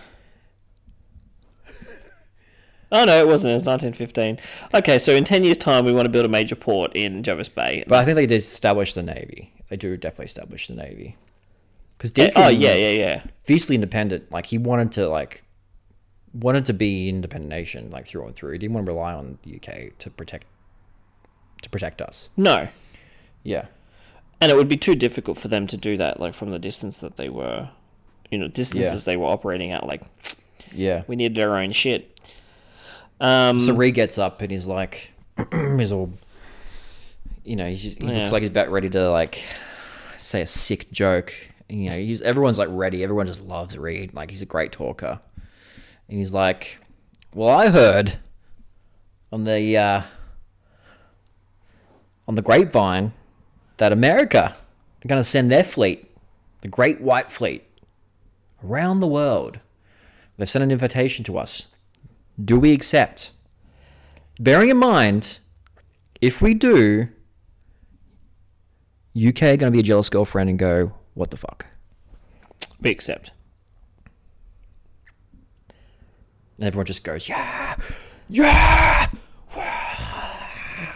Speaker 2: Oh no, it wasn't. It was 1915. Okay, so in 10 years' time, we want to build a major port in Jervis Bay.
Speaker 1: But I think they did establish the navy. They do definitely establish the navy. Because Deacon,
Speaker 2: oh yeah, yeah, yeah.
Speaker 1: fiercely independent. Like he wanted to like wanted to be an independent nation, like through and through. He didn't want to rely on the UK to protect to protect us.
Speaker 2: No,
Speaker 1: Yeah.
Speaker 2: and it would be too difficult for them to do that, like from the distance that they were, you know, distances they were operating at. Like
Speaker 1: Yeah.
Speaker 2: we needed our own shit. Um,
Speaker 1: So Ree gets up and he's like, he's all, you know, he's just, he looks
Speaker 2: Yeah.
Speaker 1: like he's about ready to like say a sick joke. You know, he's everyone's like ready. Everyone just loves Reed. Like he's a great talker, and he's like, "Well, I heard on the uh, on the grapevine that America are going to send their fleet, the Great White Fleet, around the world. They've sent an invitation to us. Do we accept? Bearing in mind, if we do, UK are going to be a jealous girlfriend and go, what the fuck?
Speaker 2: we accept.
Speaker 1: And everyone just goes, yeah, yeah.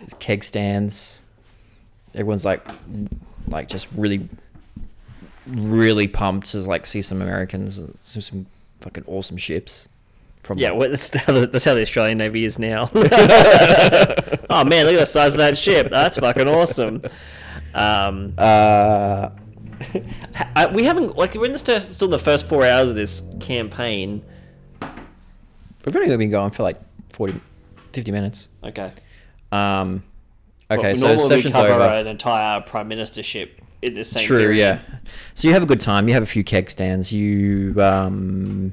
Speaker 1: There's keg stands. Everyone's like, like just really, really pumped to like see some Americans and see some fucking awesome ships. From
Speaker 2: Yeah, well, that's how the, that's how the Australian Navy is now. oh man, look at the size of that ship. That's fucking awesome. Um,
Speaker 1: uh,
Speaker 2: I, we haven't like we're in the st- still the first four hours of this campaign.
Speaker 1: we've only been going for like 40, 50 minutes.
Speaker 2: Okay.
Speaker 1: Um, okay,
Speaker 2: Well,
Speaker 1: so
Speaker 2: normally we
Speaker 1: session's
Speaker 2: cover
Speaker 1: over.
Speaker 2: an entire prime ministership in the same.
Speaker 1: True,
Speaker 2: period.
Speaker 1: yeah. So you have a good time. You have a few keg stands. You, um,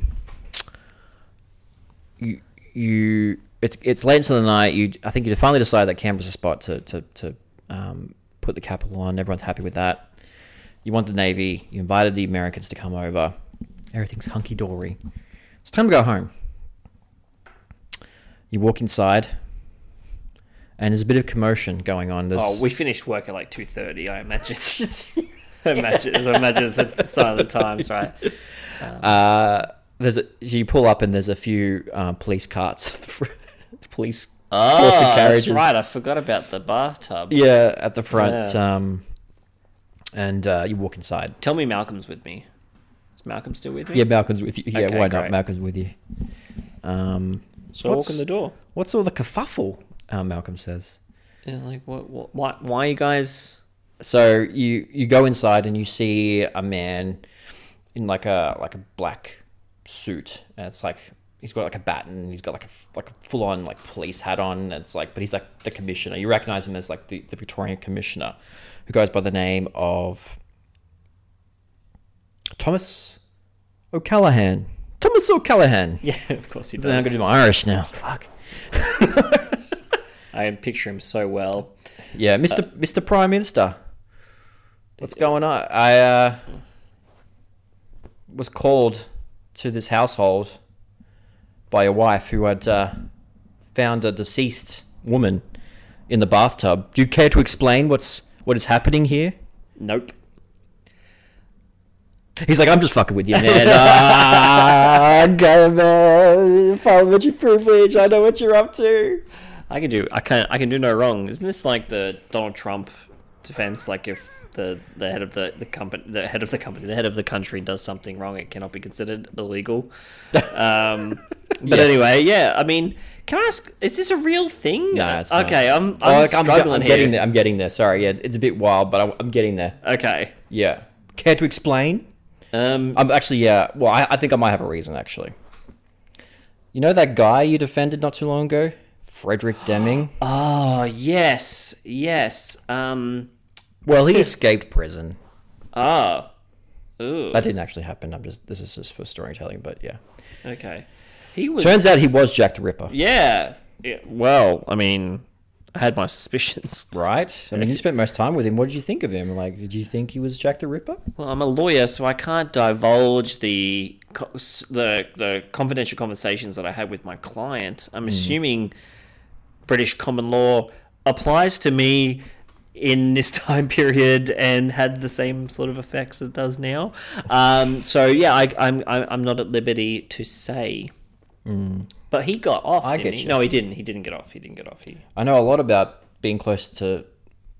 Speaker 1: you, you. It's it's late into the night. You, I think you finally decide that Canberra's a spot to to to um, put the capital on. Everyone's happy with that. You want the navy. You invited the Americans to come over. Everything's hunky dory. It's time to go home. You walk inside, and there's a bit of commotion going on. There's
Speaker 2: Oh, we finished work at like two thirty. I imagine. imagine, I imagine it's the sign of the times, right?
Speaker 1: Uh, there's a, so you pull up and there's a few um, police carts, the fr- police horse and
Speaker 2: Ah, that's
Speaker 1: carriages.
Speaker 2: right. I forgot about the bathtub.
Speaker 1: Yeah, at the front.
Speaker 2: Yeah.
Speaker 1: Um, and uh, you walk inside.
Speaker 2: Tell me, Malcolm's with me. Is Malcolm still with me?
Speaker 1: Yeah, Malcolm's with you. Yeah,
Speaker 2: Okay,
Speaker 1: why not?
Speaker 2: great.
Speaker 1: Malcolm's with you. Um,
Speaker 2: So I walk in
Speaker 1: What's-
Speaker 2: the door.
Speaker 1: what's all the kerfuffle? Uh, Malcolm says.
Speaker 2: And like, what, what, why, why you guys?
Speaker 1: So you you go inside and you see a man in like a like a black suit, and it's like he's got like a baton, and he's got like a f- like a full on like police hat on, and it's like but he's like the commissioner. You recognize him as like the, the Victorian commissioner, who goes by the name of Thomas O'Callaghan. Thomas O'Callaghan.
Speaker 2: Yeah, of course he
Speaker 1: I'm gonna
Speaker 2: does.
Speaker 1: do my Irish now. Fuck.
Speaker 2: I picture him so well.
Speaker 1: Yeah, Mr. Mr. Prime Minister. What's going on? I uh, was called to this household by a wife who had uh, found a deceased woman in the bathtub. Do you care to explain what's what is happening here?
Speaker 2: Nope.
Speaker 1: He's like, I'm just fucking with you, man. ah, go, man. Parliamentary privilege. I know what you're up to.
Speaker 2: I can do. I can. I can do no wrong. Isn't this like the Donald Trump defense? Like if the the head of the the company, the head of the company, the head of the country does something wrong, it cannot be considered illegal. Um, but
Speaker 1: Yeah.
Speaker 2: anyway, yeah. I mean, can I ask? Is this a real thing?
Speaker 1: No, it's not.
Speaker 2: okay. I'm.
Speaker 1: Oh,
Speaker 2: I'm
Speaker 1: like, I'm, I'm
Speaker 2: struggling here.
Speaker 1: getting there. I'm getting there. Sorry, yeah, it's a bit wild, but I'm, I'm getting there.
Speaker 2: Okay.
Speaker 1: Yeah. Care to explain?
Speaker 2: Um.
Speaker 1: I'm actually, yeah. Well, I, I think I might have a reason actually. You know that guy you defended not too long ago, Frederick Deming.
Speaker 2: Oh yes, yes. Um.
Speaker 1: Well, he escaped prison.
Speaker 2: Ah. Ooh.
Speaker 1: That didn't actually happen. I'm just this is just for storytelling, but yeah.
Speaker 2: Okay. He was.
Speaker 1: Turns out he was Jack the Ripper,
Speaker 2: yeah. yeah. Well, I mean, I had my suspicions.
Speaker 1: right? I mean, you spent most time with him. What did you think of him? Like, did you think he was Jack the Ripper?
Speaker 2: Well, I'm a lawyer, so I can't divulge the co- s- the the confidential conversations that I had with my client. I'm assuming British common law applies to me in this time period and had the same sort of effects it does now. Um, so yeah, I, I'm I'm I'm not at liberty to say. But he got off.
Speaker 1: I
Speaker 2: didn't
Speaker 1: get
Speaker 2: he?
Speaker 1: you.
Speaker 2: No, he didn't. He didn't get off. He didn't get off. He
Speaker 1: I know a lot about being close to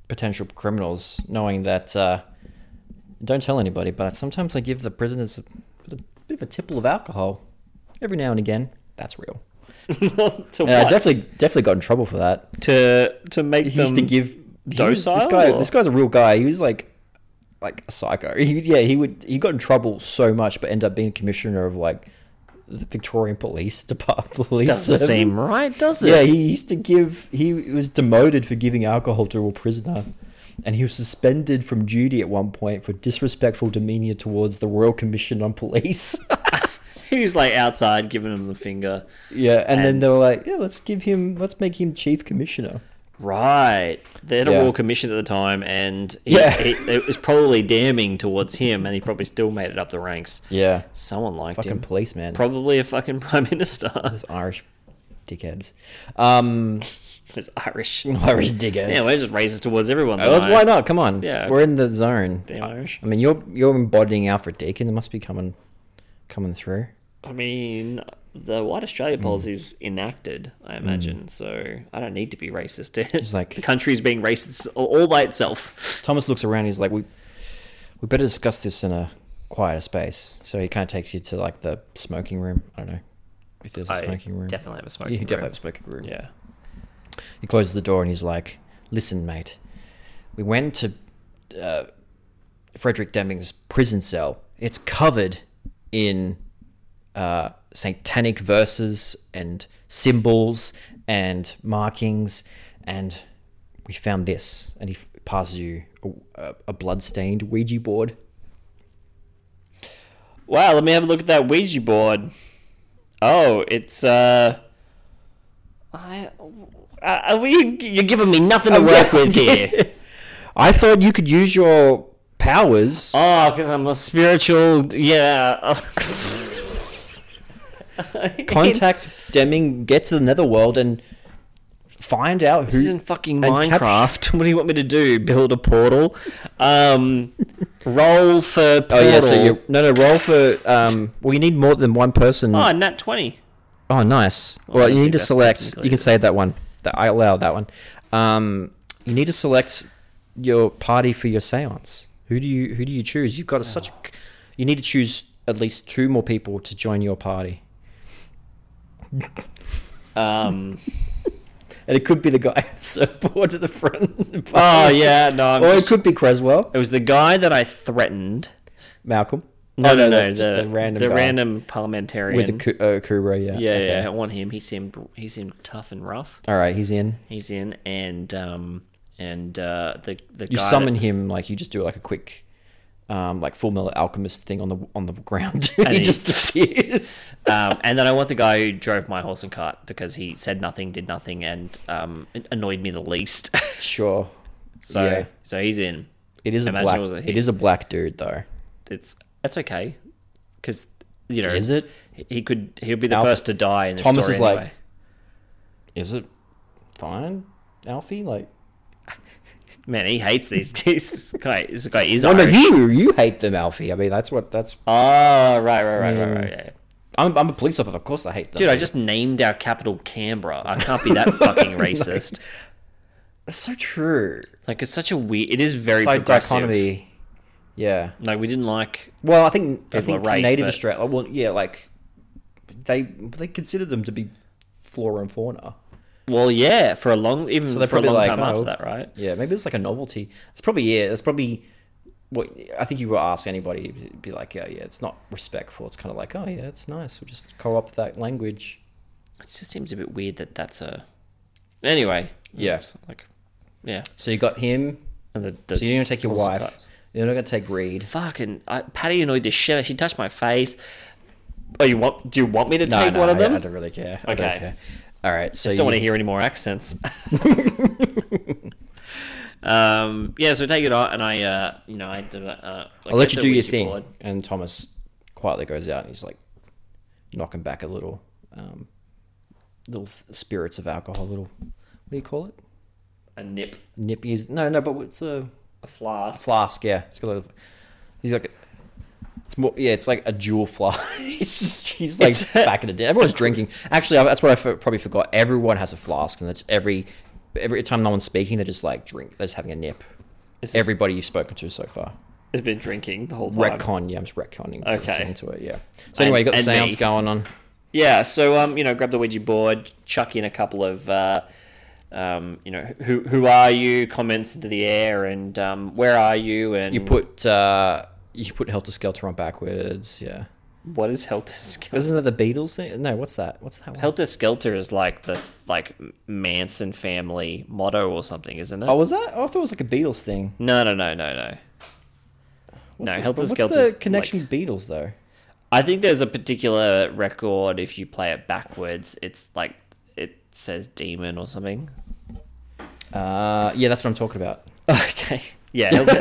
Speaker 1: potential criminals, knowing that uh, don't tell anybody, but sometimes I give the prisoners a bit, a bit of a tipple of alcohol every now and again. That's real.
Speaker 2: to
Speaker 1: And I
Speaker 2: what?
Speaker 1: definitely definitely got in trouble for that.
Speaker 2: to to make
Speaker 1: He used to
Speaker 2: them-
Speaker 1: give he was-
Speaker 2: docile,
Speaker 1: This guy,
Speaker 2: or-
Speaker 1: this guy's a real guy. He was like like a psycho. He, yeah, he would he got in trouble so much, but ended up being commissioner of like the Victorian Police Department. Police
Speaker 2: doesn't
Speaker 1: Service.
Speaker 2: seem right, does it?
Speaker 1: Yeah, he used to give. He was demoted for giving alcohol to a prisoner, and he was suspended from duty at one point for disrespectful demeanor towards the Royal Commission on Police.
Speaker 2: He was like outside giving him the finger.
Speaker 1: yeah, and, then
Speaker 2: And-
Speaker 1: they were like, "Yeah, let's give him. Let's make him chief commissioner."
Speaker 2: Right. They had a
Speaker 1: Yeah.
Speaker 2: Royal Commission at the time, and he,
Speaker 1: Yeah.
Speaker 2: he, it was probably damning towards him, and he probably still made it up the ranks.
Speaker 1: Yeah,
Speaker 2: Someone liked
Speaker 1: fucking
Speaker 2: him.
Speaker 1: policeman.
Speaker 2: Probably a fucking prime minister.
Speaker 1: Those Irish dickheads. Um,
Speaker 2: It's Irish.
Speaker 1: Irish dickheads.
Speaker 2: Yeah, well, it just raises towards everyone.
Speaker 1: Oh, that's-
Speaker 2: don't
Speaker 1: why
Speaker 2: it?
Speaker 1: not? Come on.
Speaker 2: Yeah.
Speaker 1: We're in the zone.
Speaker 2: Damn Irish.
Speaker 1: I mean, you're you're embodying Alfred Deakin. It must be coming, coming through.
Speaker 2: I mean, the White Australia
Speaker 1: Mm.
Speaker 2: policy is enacted, I imagine. So I don't need to be racist. It's
Speaker 1: like-
Speaker 2: the country's being racist all- all by itself.
Speaker 1: Thomas looks around. He's like, "We, we better discuss this in a quieter space." So he kind of takes you to like the smoking room. I don't know if there's a
Speaker 2: I
Speaker 1: smoking room.
Speaker 2: definitely have a
Speaker 1: yeah,
Speaker 2: smoking
Speaker 1: he definitely have
Speaker 2: room.
Speaker 1: a smoking room.
Speaker 2: Yeah.
Speaker 1: He closes the door and he's like, "Listen, mate, we went to uh, Frederick Deming's prison cell. It's covered in uh, satanic verses and symbols and markings, and we found this." And he f- passes you a, a, a blood-stained Ouija board.
Speaker 2: Wow, let me have a look at that Ouija board. Oh, it's uh, I, uh, we you're giving me nothing to work with here.
Speaker 1: I thought you could use your powers.
Speaker 2: Oh, because I'm a spiritual. Yeah.
Speaker 1: Contact Deming, get to the Netherworld, and find out who.
Speaker 2: This isn't fucking
Speaker 1: and
Speaker 2: Minecraft.
Speaker 1: capture-
Speaker 2: What do you want me to do? Build a portal? Um, roll for portal.
Speaker 1: Oh yeah, so you no no roll for um. Well, you need more than one person.
Speaker 2: Oh, nat twenty.
Speaker 1: Oh, nice. Well,
Speaker 2: I
Speaker 1: you
Speaker 2: think
Speaker 1: need to
Speaker 2: that's
Speaker 1: select.
Speaker 2: technically
Speaker 1: You can
Speaker 2: it.
Speaker 1: save that one. That I allow that one. Um, you need to select your party for your séance. Who do you who do you choose? You've got a,
Speaker 2: Ah.
Speaker 1: such. a c- you need to choose at least two more people to join your party,
Speaker 2: Um.
Speaker 1: and it could be the guy at the surfboard at the front.
Speaker 2: oh yeah, no. I'm
Speaker 1: or
Speaker 2: just-
Speaker 1: it could be Creswell,
Speaker 2: it was the guy that I threatened.
Speaker 1: Malcolm.
Speaker 2: No,
Speaker 1: Oh,
Speaker 2: no, no,
Speaker 1: that- just the, random
Speaker 2: the
Speaker 1: guy
Speaker 2: random parliamentarian
Speaker 1: with the cu- uh, Kuro. Yeah.
Speaker 2: Yeah,
Speaker 1: okay.
Speaker 2: yeah, I want him. He seemed he seemed tough and rough.
Speaker 1: All right, he's in.
Speaker 2: He's in, and um, and uh, the the
Speaker 1: you
Speaker 2: guy
Speaker 1: summon
Speaker 2: that-
Speaker 1: him like you just do like a quick um like full metal alchemist thing on the on the ground and he,
Speaker 2: he-
Speaker 1: just disappears
Speaker 2: um, and then I want the guy who drove my horse and cart because he said nothing, did nothing, and um, it annoyed me the least.
Speaker 1: sure
Speaker 2: so
Speaker 1: Yeah.
Speaker 2: so he's in.
Speaker 1: it is a
Speaker 2: Imagine
Speaker 1: black
Speaker 2: it was a
Speaker 1: it
Speaker 2: he.
Speaker 1: is a black dude though
Speaker 2: It's that's okay because you know,
Speaker 1: Is it?
Speaker 2: He could. He'll be the
Speaker 1: Alpha-
Speaker 2: first to die in the
Speaker 1: Thomas
Speaker 2: story
Speaker 1: is like-
Speaker 2: anyway.
Speaker 1: Is it fine, Alfie? Like,
Speaker 2: Man, he hates these. this guy. This guy is.
Speaker 1: oh no,
Speaker 2: Irish.
Speaker 1: you you hate them, Alfie. I mean, that's what that's.
Speaker 2: Oh, right, right, right, right,
Speaker 1: Mm.
Speaker 2: right. Yeah.
Speaker 1: I'm, I'm a police officer. Of course, I hate them.
Speaker 2: Dude, I just named our capital Canberra. I can't be that fucking racist.
Speaker 1: that's so true.
Speaker 2: Like, it's such a weird. It is very
Speaker 1: It's like
Speaker 2: progressive.
Speaker 1: dichotomy. Yeah.
Speaker 2: Like, we didn't like.
Speaker 1: Well, I think I
Speaker 2: People
Speaker 1: think
Speaker 2: are raised,
Speaker 1: native
Speaker 2: but-
Speaker 1: Australia. Well, yeah, like they they consider them to be flora and fauna.
Speaker 2: Well, yeah, for a long, even
Speaker 1: they're
Speaker 2: for a
Speaker 1: probably
Speaker 2: long
Speaker 1: like,
Speaker 2: time after
Speaker 1: oh.
Speaker 2: that, right?
Speaker 1: Yeah, maybe it's like a novelty. It's probably yeah. It's probably what I think you were ask anybody. It'd be like, yeah, yeah. It's not respectful. It's kind of like, oh yeah, it's nice. We'll just co-opt that language.
Speaker 2: It just seems a bit weird that that's a. Anyway.
Speaker 1: Yeah.
Speaker 2: it's Like, yeah.
Speaker 1: So you got him.
Speaker 2: And the, the
Speaker 1: So you're gonna take your
Speaker 2: Calls the
Speaker 1: wife.
Speaker 2: cops.
Speaker 1: You're not gonna take Reed.
Speaker 2: fucking I, Patty annoyed the shit. out- She touched my face. Oh, you want? Do you want me to
Speaker 1: No,
Speaker 2: take
Speaker 1: no,
Speaker 2: one of
Speaker 1: I-
Speaker 2: them?
Speaker 1: I
Speaker 2: I,
Speaker 1: don't really care. I
Speaker 2: Okay.
Speaker 1: don't care. All right. So
Speaker 2: just
Speaker 1: you,
Speaker 2: don't want to hear any more accents. um, yeah, so I take it out, and I, uh, you know, I do. Uh,
Speaker 1: I'll let you do your thing. And Thomas quietly goes out and he's like knocking back a little, um, little th- spirits of alcohol, little, what do you call it?
Speaker 2: A nip,
Speaker 1: Nippies. No, no, but it's a
Speaker 2: a flask.
Speaker 1: flask. Yeah. It's got a little, he's like, it's more, yeah, it's like a jewel flask. he's, just- he's like
Speaker 2: It's-
Speaker 1: back in the day. Everyone's drinking. Actually, I- that's what I f- probably forgot. Everyone has a flask and that's every, every time no one's speaking, they're just like drink, they're just having a nip.
Speaker 2: This is-
Speaker 1: Everybody you've spoken to so far.
Speaker 2: has been drinking the whole time.
Speaker 1: Retcon, yeah, I'm just retconning
Speaker 2: Okay.
Speaker 1: into it, yeah. So anyway, you got the
Speaker 2: and me.
Speaker 1: seance going on.
Speaker 2: Yeah, so um, you know, grab the Ouija board, chuck in a couple of uh, um, you know, who who are you comments into the air, and um, where are you, and
Speaker 1: You put uh you put Helter Skelter on backwards, yeah.
Speaker 2: what is Helter Skelter?
Speaker 1: Isn't that the Beatles thing? No, what's that? What's that one?
Speaker 2: Helter Skelter is like the like Manson family motto or something, isn't it?
Speaker 1: Oh, was that? Oh, I thought it was like a Beatles thing.
Speaker 2: no, no, no, no, no.
Speaker 1: What's
Speaker 2: No,
Speaker 1: the-
Speaker 2: Helter
Speaker 1: what's
Speaker 2: Skelter's,
Speaker 1: the connection with Beatles though?
Speaker 2: I think there's a particular record. If you play it backwards, it's like it says demon or something.
Speaker 1: Uh, yeah, that's what I'm talking about.
Speaker 2: Okay. Yeah, Helter,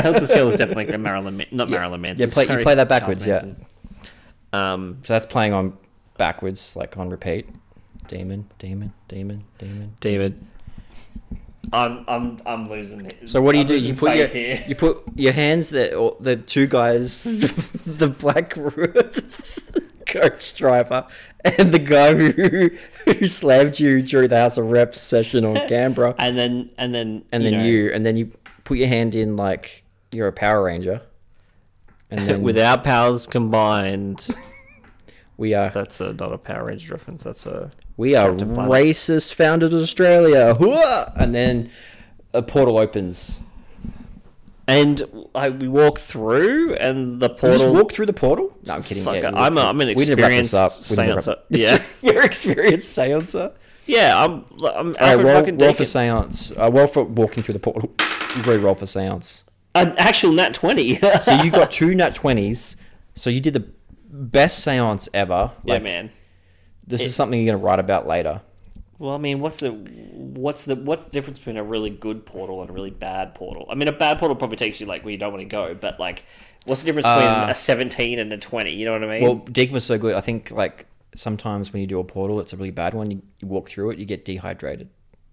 Speaker 2: Helter Skelter is definitely a Marilyn, Ma- not Marilyn Manson.
Speaker 1: Yeah, play- you
Speaker 2: sorry,
Speaker 1: play that
Speaker 2: Charles
Speaker 1: backwards, yeah.
Speaker 2: Manson. Um,
Speaker 1: So that's playing on backwards, like on repeat. Demon, demon, demon, demon.
Speaker 2: David. I'm I'm I'm losing it.
Speaker 1: So what do you
Speaker 2: I'm
Speaker 1: do? You
Speaker 2: losing
Speaker 1: put your
Speaker 2: faith here.
Speaker 1: you put your hands that or the two guys, the black coach driver and the guy who who slammed you during the House of Reps session on Canberra,
Speaker 2: and then and then
Speaker 1: and then
Speaker 2: know,
Speaker 1: you and then you put your hand in like you're a Power Ranger, and then
Speaker 2: with our powers combined.
Speaker 1: we are
Speaker 2: That's a, not a Power Ranger reference. That's a
Speaker 1: we are
Speaker 2: Captain Planet.
Speaker 1: racist founded Australia, Hooah! and then a portal opens.
Speaker 2: and I, we walk through and the
Speaker 1: You just
Speaker 2: portal.
Speaker 1: walk through the portal? No, I'm kidding.
Speaker 2: Fuck,
Speaker 1: yeah, you walk
Speaker 2: I'm a-
Speaker 1: through-
Speaker 2: I'm an
Speaker 1: We need to wrap this
Speaker 2: experienced
Speaker 1: up. We need to wrap-
Speaker 2: seancer. Yeah.
Speaker 1: You're an experienced seancer.
Speaker 2: yeah, I'm I'm Alfred
Speaker 1: All right, roll,
Speaker 2: fucking
Speaker 1: roll
Speaker 2: Deakin.
Speaker 1: for seance. Uh, roll for walking through the portal. You've already rolled for seance.
Speaker 2: an actual nat twenty.
Speaker 1: So you got two nat 20s. So you did the best seance ever.
Speaker 2: yeah,
Speaker 1: Like,
Speaker 2: man.
Speaker 1: This is something you're going to write about later.
Speaker 2: Well, I mean, what's the what's the what's the difference between a really good portal and a really bad portal? I mean, a bad portal probably takes you like where you don't want to go, but like, what's the difference between
Speaker 1: Uh,
Speaker 2: a seventeen and a twenty? You know what I mean?
Speaker 1: Well, Deacon was so good. I think, like, sometimes when you do a portal, it's a really bad one. You, you walk through it, you get dehydrated.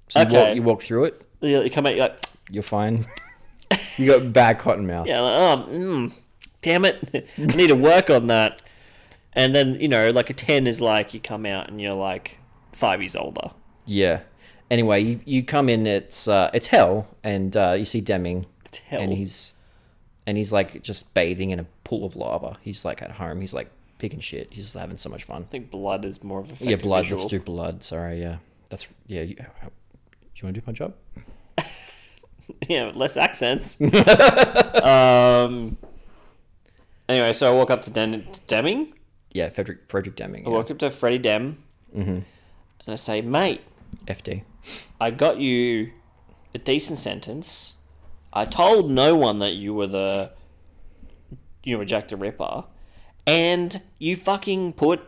Speaker 1: So you,
Speaker 2: Okay.
Speaker 1: walk, you walk through it,
Speaker 2: yeah, you come out, you're like,
Speaker 1: you're fine. you got bad cotton mouth.
Speaker 2: yeah, like, oh, mm, damn it, I need to work on that. And then you know, like a ten is like you come out and you're like five years older.
Speaker 1: Yeah. Anyway, you, you come in. It's uh, it's hell, and uh, you see Deming,
Speaker 2: It's hell.
Speaker 1: and he's and he's like just bathing in a pool of lava. He's like at home. He's like picking shit. He's just having so much fun.
Speaker 2: I think blood is more of a
Speaker 1: Yeah, blood.
Speaker 2: Visual.
Speaker 1: Let's do blood. Sorry. Yeah, that's yeah. You, do you want to do my job?
Speaker 2: yeah, less accents. um. Anyway, so I walk up to Den- Deming.
Speaker 1: Yeah, Frederick Frederick Deming.
Speaker 2: I
Speaker 1: yeah. Mm-hmm.
Speaker 2: walk up to Freddie Dem and I say, mate,
Speaker 1: FD.
Speaker 2: I got you a decent sentence. I told no one that you were the you were Jack the Ripper. And you fucking put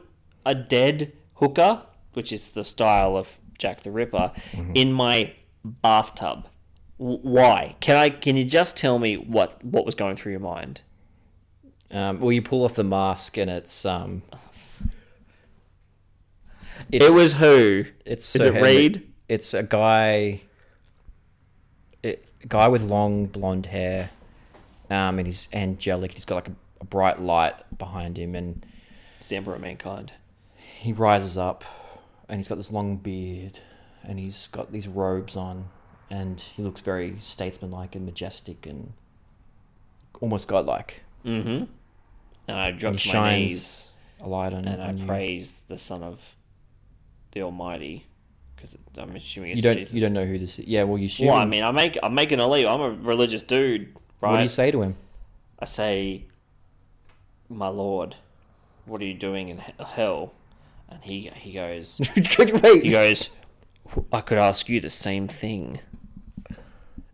Speaker 2: a dead hooker, which is the style of Jack the Ripper,
Speaker 1: Mm-hmm.
Speaker 2: in my bathtub. W- Why? Can I can you just tell me what what was going through your mind?
Speaker 1: Um, well, you pull off the mask and it's um.
Speaker 2: It was who?
Speaker 1: It's
Speaker 2: Is
Speaker 1: Sir
Speaker 2: it
Speaker 1: Henry-
Speaker 2: Reed?
Speaker 1: It's a guy. A guy with long blonde hair, um, and he's angelic. He's got like a, a bright light behind him, and
Speaker 2: It's the Emperor of Mankind.
Speaker 1: he rises up, and he's got this long beard, and he's got these robes on, and he looks very statesmanlike and majestic and almost godlike.
Speaker 2: Mm-hmm. And I
Speaker 1: And
Speaker 2: dropped
Speaker 1: he
Speaker 2: my knees
Speaker 1: shines a light on,
Speaker 2: and I
Speaker 1: on you.
Speaker 2: praised the Son of the Almighty because I'm assuming it's
Speaker 1: You don't.
Speaker 2: Jesus.
Speaker 1: You don't know who this. is. Yeah. Well, you should.
Speaker 2: Well, I mean, I make I'm making a leap. I'm a religious dude, right?
Speaker 1: What do you say to him?
Speaker 2: I say, my lord, what are you doing in he- hell? And he he goes, he
Speaker 1: Wait.
Speaker 2: goes, I could ask you the same thing.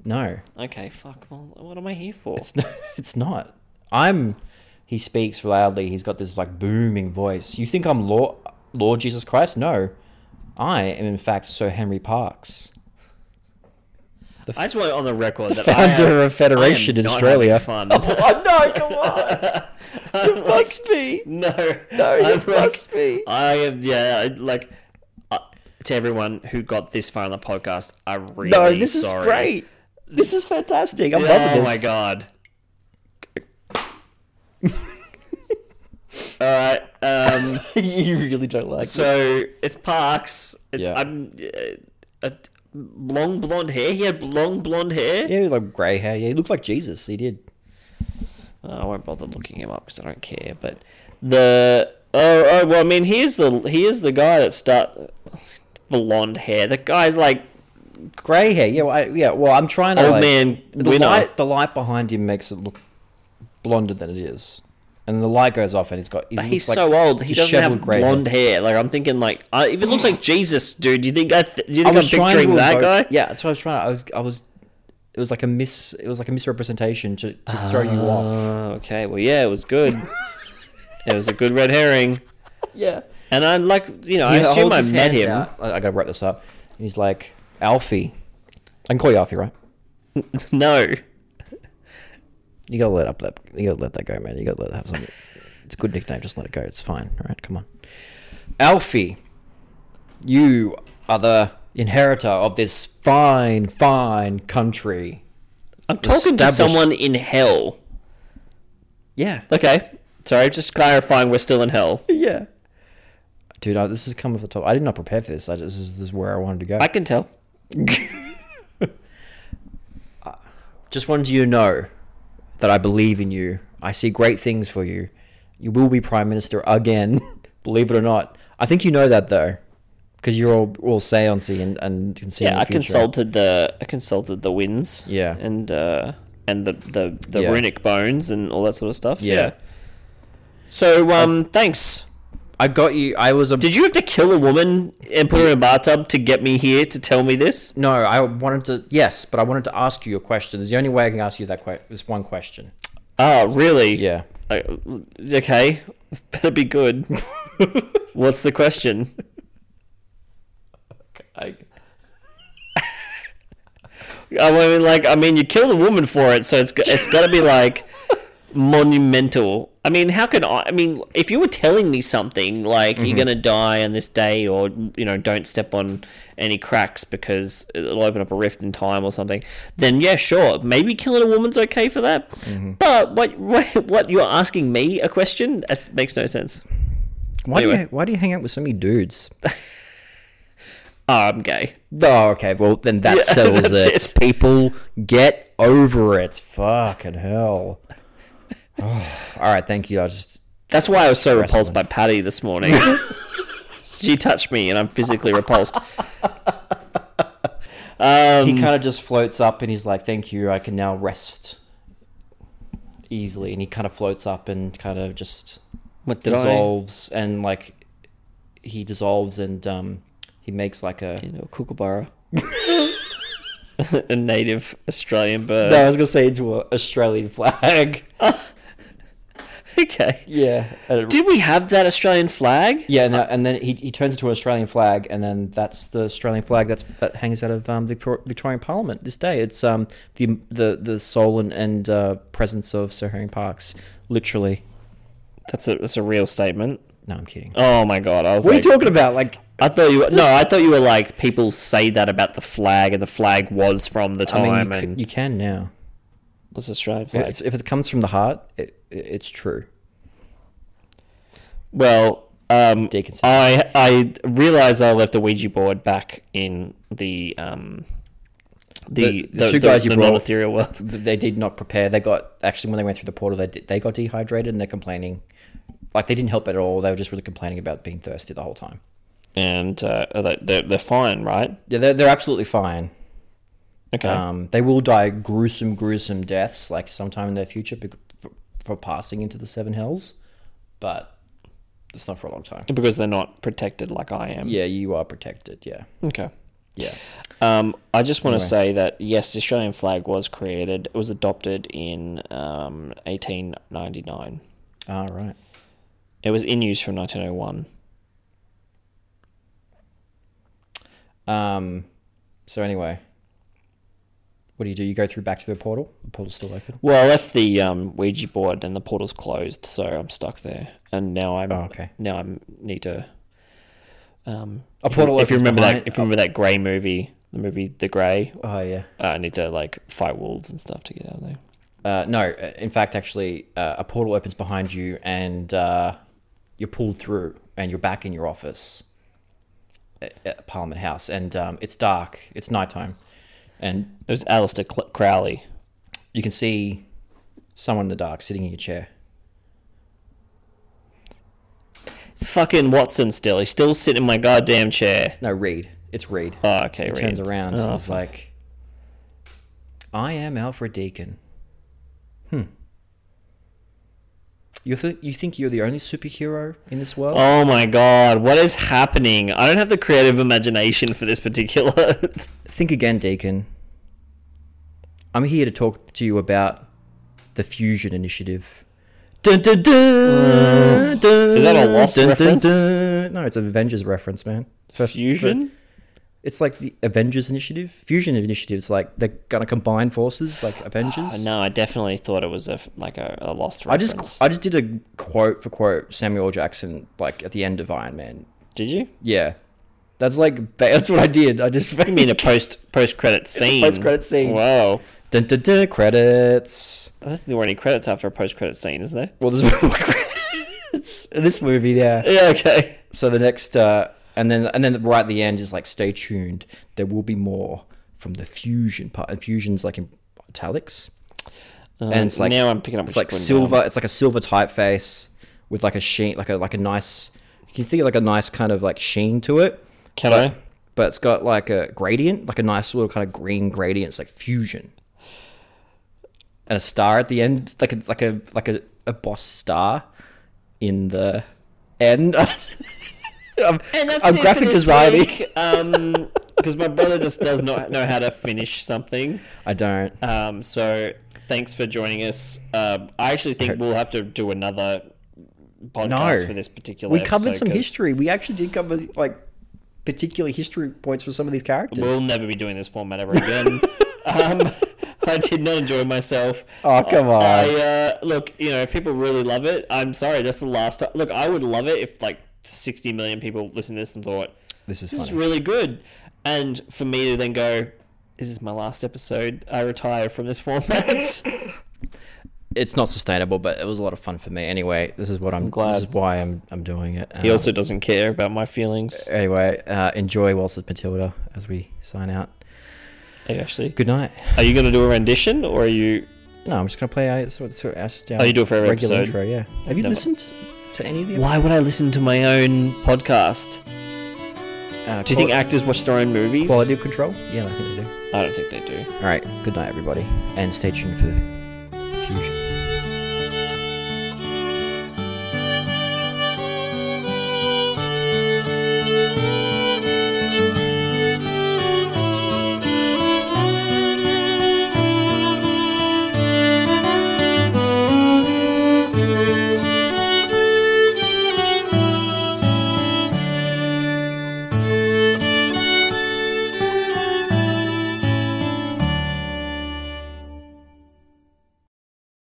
Speaker 1: No.
Speaker 2: Okay, fuck. Well, what am I here for?
Speaker 1: It's not, it's not. I'm. He speaks loudly. He's got this like booming voice. You think I'm Lord, Lord Jesus Christ? No, I am in fact Sir Henry Parks,
Speaker 2: I just want it on the record that I am,
Speaker 1: founder of Federation
Speaker 2: I am
Speaker 1: in
Speaker 2: not
Speaker 1: Australia.
Speaker 2: having Fun.
Speaker 1: Oh no! Come on,
Speaker 2: I'm like,
Speaker 1: must be.
Speaker 2: no,
Speaker 1: No,
Speaker 2: I'm
Speaker 1: you
Speaker 2: like-
Speaker 1: must be.
Speaker 2: I am. Yeah, I- like uh, to everyone who got this far in the podcast, I really
Speaker 1: No, this is
Speaker 2: sorry.
Speaker 1: great. This is fantastic. I'm loving
Speaker 2: Oh
Speaker 1: this.
Speaker 2: my god. All right. Um,
Speaker 1: you really don't like it.
Speaker 2: so it's Parks. It,
Speaker 1: Yeah.
Speaker 2: I'm uh, uh, long blonde hair. He had long blonde hair.
Speaker 1: Yeah, like grey hair. Yeah, he looked like Jesus. He did.
Speaker 2: Uh, I won't bother looking him up because I don't care. But the oh, oh well, I mean, here's the here's the guy that start blonde hair. The guy's like
Speaker 1: Grey hair. Yeah. Well, I, yeah. Well, I'm trying to.
Speaker 2: old
Speaker 1: like-
Speaker 2: man
Speaker 1: The
Speaker 2: winner.
Speaker 1: light, the light behind him makes it look blonder than it is, and the light goes off, and he's got. He's,
Speaker 2: He's so old. He doesn't have
Speaker 1: grey.
Speaker 2: blonde hair. Like I'm thinking, like I, if it looks like Jesus, dude, do you think I? Th- do you think I'm
Speaker 1: trying
Speaker 2: picturing
Speaker 1: to
Speaker 2: that
Speaker 1: evoke-
Speaker 2: guy?
Speaker 1: Yeah, that's what I was trying. To, I was, I was. It was like a mis. It was like a misrepresentation to, to throw you off.
Speaker 2: Oh, okay. Well, yeah, it was good. it was a good red herring.
Speaker 1: Yeah,
Speaker 2: And I like, you know, I
Speaker 1: He
Speaker 2: assume
Speaker 1: holds
Speaker 2: I
Speaker 1: his
Speaker 2: met
Speaker 1: hands
Speaker 2: him.
Speaker 1: out. I, I gotta wrap this up. And he's like Alfie. I can call you Alfie, right?
Speaker 2: No,
Speaker 1: You gotta let up that. You gotta let that go, man. You gotta let have some. It's a good nickname. Just let it go. It's fine. All right, come on. Alfie, you are the inheritor of this fine, fine country.
Speaker 2: I'm talking to
Speaker 1: Established-
Speaker 2: someone in hell.
Speaker 1: Yeah,
Speaker 2: Okay, sorry, just clarifying. We're still in hell.
Speaker 1: yeah. Dude, I, this has come off the top. I did not prepare for this. I just, this, is, this is where I wanted to go.
Speaker 2: I can tell.
Speaker 1: just wanted you to know that I believe in you. I see great things for you. You will be prime minister again, believe it or not. I think you know that though, because you're all all seancey and and can see. in
Speaker 2: Yeah,
Speaker 1: the
Speaker 2: I
Speaker 1: future.
Speaker 2: consulted the I consulted the winds.
Speaker 1: Yeah.
Speaker 2: and uh, and the the, the
Speaker 1: Yeah.
Speaker 2: runic bones and all that sort of stuff.
Speaker 1: Yeah.
Speaker 2: Yeah. So um, thanks.
Speaker 1: I got you. I was a
Speaker 2: Did you have to kill a woman and put her in a bathtub to get me here to tell me this?
Speaker 1: no. I wanted to yes, but I wanted to ask you a question. There's the only way I can ask you that que- this one question.
Speaker 2: Oh, really?
Speaker 1: Yeah.
Speaker 2: I- okay. Better be good. What's the question?
Speaker 1: I,
Speaker 2: I mean, like, I mean, you killed a woman for it, so it's go- it's got to be like monumental. I mean, how can I? I mean, if you were telling me something like
Speaker 1: Mm-hmm.
Speaker 2: you're gonna die on this day, or you know, don't step on any cracks because it'll open up a rift in time or something, then yeah, sure, maybe killing a woman's okay for that.
Speaker 1: Mm-hmm.
Speaker 2: But what, what what you're asking me a question that makes no sense.
Speaker 1: why do
Speaker 2: Anyway.
Speaker 1: you why do you hang out with so many dudes?
Speaker 2: Oh, I'm gay.
Speaker 1: Oh, okay. Well, then that
Speaker 2: Yeah,
Speaker 1: settles
Speaker 2: that's
Speaker 1: it.
Speaker 2: it.
Speaker 1: People, get over it. Fucking hell. Oh, all right. Thank you. I just
Speaker 2: That's why I was so repulsed by Patty this morning. she touched me, and I'm physically repulsed.
Speaker 1: he kind of just floats up and he's like, "Thank you. I can now rest easily." And he kind of floats up and kind of just
Speaker 2: What did
Speaker 1: dissolves and like he dissolves and um he makes like a.
Speaker 2: I? You know, kookaburra. a native Australian bird.
Speaker 1: No, I was gonna say into an Australian flag.
Speaker 2: Okay.
Speaker 1: Yeah. and it-
Speaker 2: Did we have that Australian flag?
Speaker 1: yeah, and, that, and then he, he turns into an Australian flag, and then that's the Australian flag that's that hangs out of um, the Victor- Victorian Parliament this day. It's um the the the soul and, and uh, presence of Sir Herring Parks, literally.
Speaker 2: That's a that's a real statement.
Speaker 1: No, I'm kidding.
Speaker 2: Oh my god! I was
Speaker 1: what are you
Speaker 2: like,
Speaker 1: talking about? Like,
Speaker 2: I thought you were, no, I thought you were like people say that about the flag, and the flag was from the
Speaker 1: Oh, I mean,
Speaker 2: time,
Speaker 1: you, c-
Speaker 2: and
Speaker 1: you can now.
Speaker 2: was Australian flag.
Speaker 1: It's, if it comes from the heart, it, it- it's true.
Speaker 2: Well, um,
Speaker 1: Deconstruct.
Speaker 2: I I realized I left the Ouija board back in the um, the,
Speaker 1: The- the two guys you
Speaker 2: the
Speaker 1: brought-
Speaker 2: non-ethereal world.
Speaker 1: Th- They did not prepare. They got actually when they went through the portal, they did, they got dehydrated and they're complaining. Like they didn't help at all. They were just really complaining about being thirsty the whole time.
Speaker 2: and uh, they- they're they're fine, right?
Speaker 1: Yeah, they're, they're absolutely fine.
Speaker 2: Okay.
Speaker 1: Um, they will die gruesome, gruesome deaths, like sometime in their future, bec- for, for passing into the seven hells. But it's not for a long time.
Speaker 2: because they're not protected like I am.
Speaker 1: Yeah, you are protected. Yeah,
Speaker 2: Okay.
Speaker 1: yeah.
Speaker 2: Um, I just want to say that yes, the Australian flag was created. It was adopted in um, 1899.
Speaker 1: All right.
Speaker 2: It was in use from 1901.
Speaker 1: Um, so anyway, what do you do? You go through back to the portal. The portal's still open.
Speaker 2: Well, I left the um, Ouija board and the portal's closed, so I'm stuck there. And now I'm
Speaker 1: Oh, okay.
Speaker 2: Now I need to. Um,
Speaker 1: A
Speaker 2: if you-
Speaker 1: portal
Speaker 2: If you
Speaker 1: opens
Speaker 2: remember
Speaker 1: behind-
Speaker 2: that, if you remember that Grey movie, the movie The Grey,
Speaker 1: Oh yeah.
Speaker 2: uh, I need to like fight wolves and stuff to get out of there.
Speaker 1: Uh, no, uh, in fact, actually, uh, a portal opens behind you, and uh, you're pulled through, and you're back in your office at, at Parliament House, and um, it's dark. It's nighttime, and
Speaker 2: It was Alistair Cl- Crowley.
Speaker 1: you can see someone in the dark sitting in your chair.
Speaker 2: It's fucking Watson still. He's still sitting in my goddamn chair.
Speaker 1: No, Reed. It's Reed.
Speaker 2: Oh, okay.
Speaker 1: He turns around. and
Speaker 2: Oh,
Speaker 1: he's like, "I am Alfred Deacon." Hmm. You think you think you're the only superhero in this world?
Speaker 2: Oh my god, what is happening? I don't have the creative imagination for this particular.
Speaker 1: Think again, Deacon. I'm here to talk to you about the Fusion Initiative. Dun, dun, dun, dun,
Speaker 2: Mm. Is that a Lost reference?
Speaker 1: dun. No, it's an Avengers reference, man. First-
Speaker 2: Fusion?
Speaker 1: It's like the Avengers Initiative. Fusion Initiative is like they're gonna combine forces, like Avengers.
Speaker 2: no, Ah, I definitely thought it was a f- like a, a lost
Speaker 1: I
Speaker 2: reference.
Speaker 1: just I just did a quote for quote Samuel Jackson like at the end of Iron Man.
Speaker 2: did you?
Speaker 1: Yeah, that's like that's what I did. I just
Speaker 2: I mean, a post post credit scene.
Speaker 1: post-credit scene.
Speaker 2: Wow.
Speaker 1: dun, dun, dun, credits.
Speaker 2: I don't think there were any credits after a post credit scene, is there?
Speaker 1: Well, there's more credits in this movie. Yeah.
Speaker 2: Yeah. Okay.
Speaker 1: So the next uh, and then and then right at the end is like stay tuned. There will be more from the fusion part. And fusion's like in italics.
Speaker 2: Um,
Speaker 1: And Uh, it's like-
Speaker 2: now I'm picking up.
Speaker 1: It's
Speaker 2: what you're
Speaker 1: like
Speaker 2: putting
Speaker 1: silver.
Speaker 2: down.
Speaker 1: It's like a silver typeface with like a sheen, like a like a nice. You can think of like a nice kind of like sheen to it.
Speaker 2: Can
Speaker 1: but,
Speaker 2: I?
Speaker 1: But it's got like a gradient, like a nice little kind of green gradient. It's like fusion, and a star at the end, like a like a like a, a boss star in the end. Um, I'm, I'm Oh, graphic designing.
Speaker 2: Um, because my brother just does not know how to finish something.
Speaker 1: I don't.
Speaker 2: Um, so thanks for joining us. Um, I actually think we'll have to do another podcast
Speaker 1: No.
Speaker 2: for this particular.
Speaker 1: We covered
Speaker 2: episode
Speaker 1: some
Speaker 2: 'cause
Speaker 1: history. We actually did cover like particular history points for some of these characters.
Speaker 2: We'll never be doing this format ever again. um, I did not enjoy myself.
Speaker 1: oh come on.
Speaker 2: I uh, look, you know, if people really love it, I'm sorry. That's the last time. Look, I would love it if like 60 million people listened to this and thought
Speaker 1: this is
Speaker 2: this is
Speaker 1: funny.
Speaker 2: really good, and for me to then go, this is my last episode. I retire from this format.
Speaker 1: it's not sustainable, but it was a lot of fun for me. Anyway, this is what I'm.
Speaker 2: glad.
Speaker 1: This is why I'm. I'm doing it.
Speaker 2: he
Speaker 1: Um,
Speaker 2: also doesn't care about my feelings.
Speaker 1: anyway, uh, enjoy Waltz with Matilda as we sign out.
Speaker 2: Hey, actually.
Speaker 1: Good night.
Speaker 2: Are you going to do a rendition or are you.
Speaker 1: No, I'm just gonna play. I sort of. I just, um,
Speaker 2: Oh, you do it for every
Speaker 1: regular
Speaker 2: episode?
Speaker 1: intro. Yeah. Have you
Speaker 2: Never.
Speaker 1: listened to any of the?
Speaker 2: Why would I listen to my own podcast?
Speaker 1: Uh,
Speaker 2: Do you think
Speaker 1: quali-
Speaker 2: actors watch their own movies?
Speaker 1: quality control? Yeah, I think they do.
Speaker 2: I don't think they do.
Speaker 1: All right. Good night, everybody, and stay tuned for Fusion.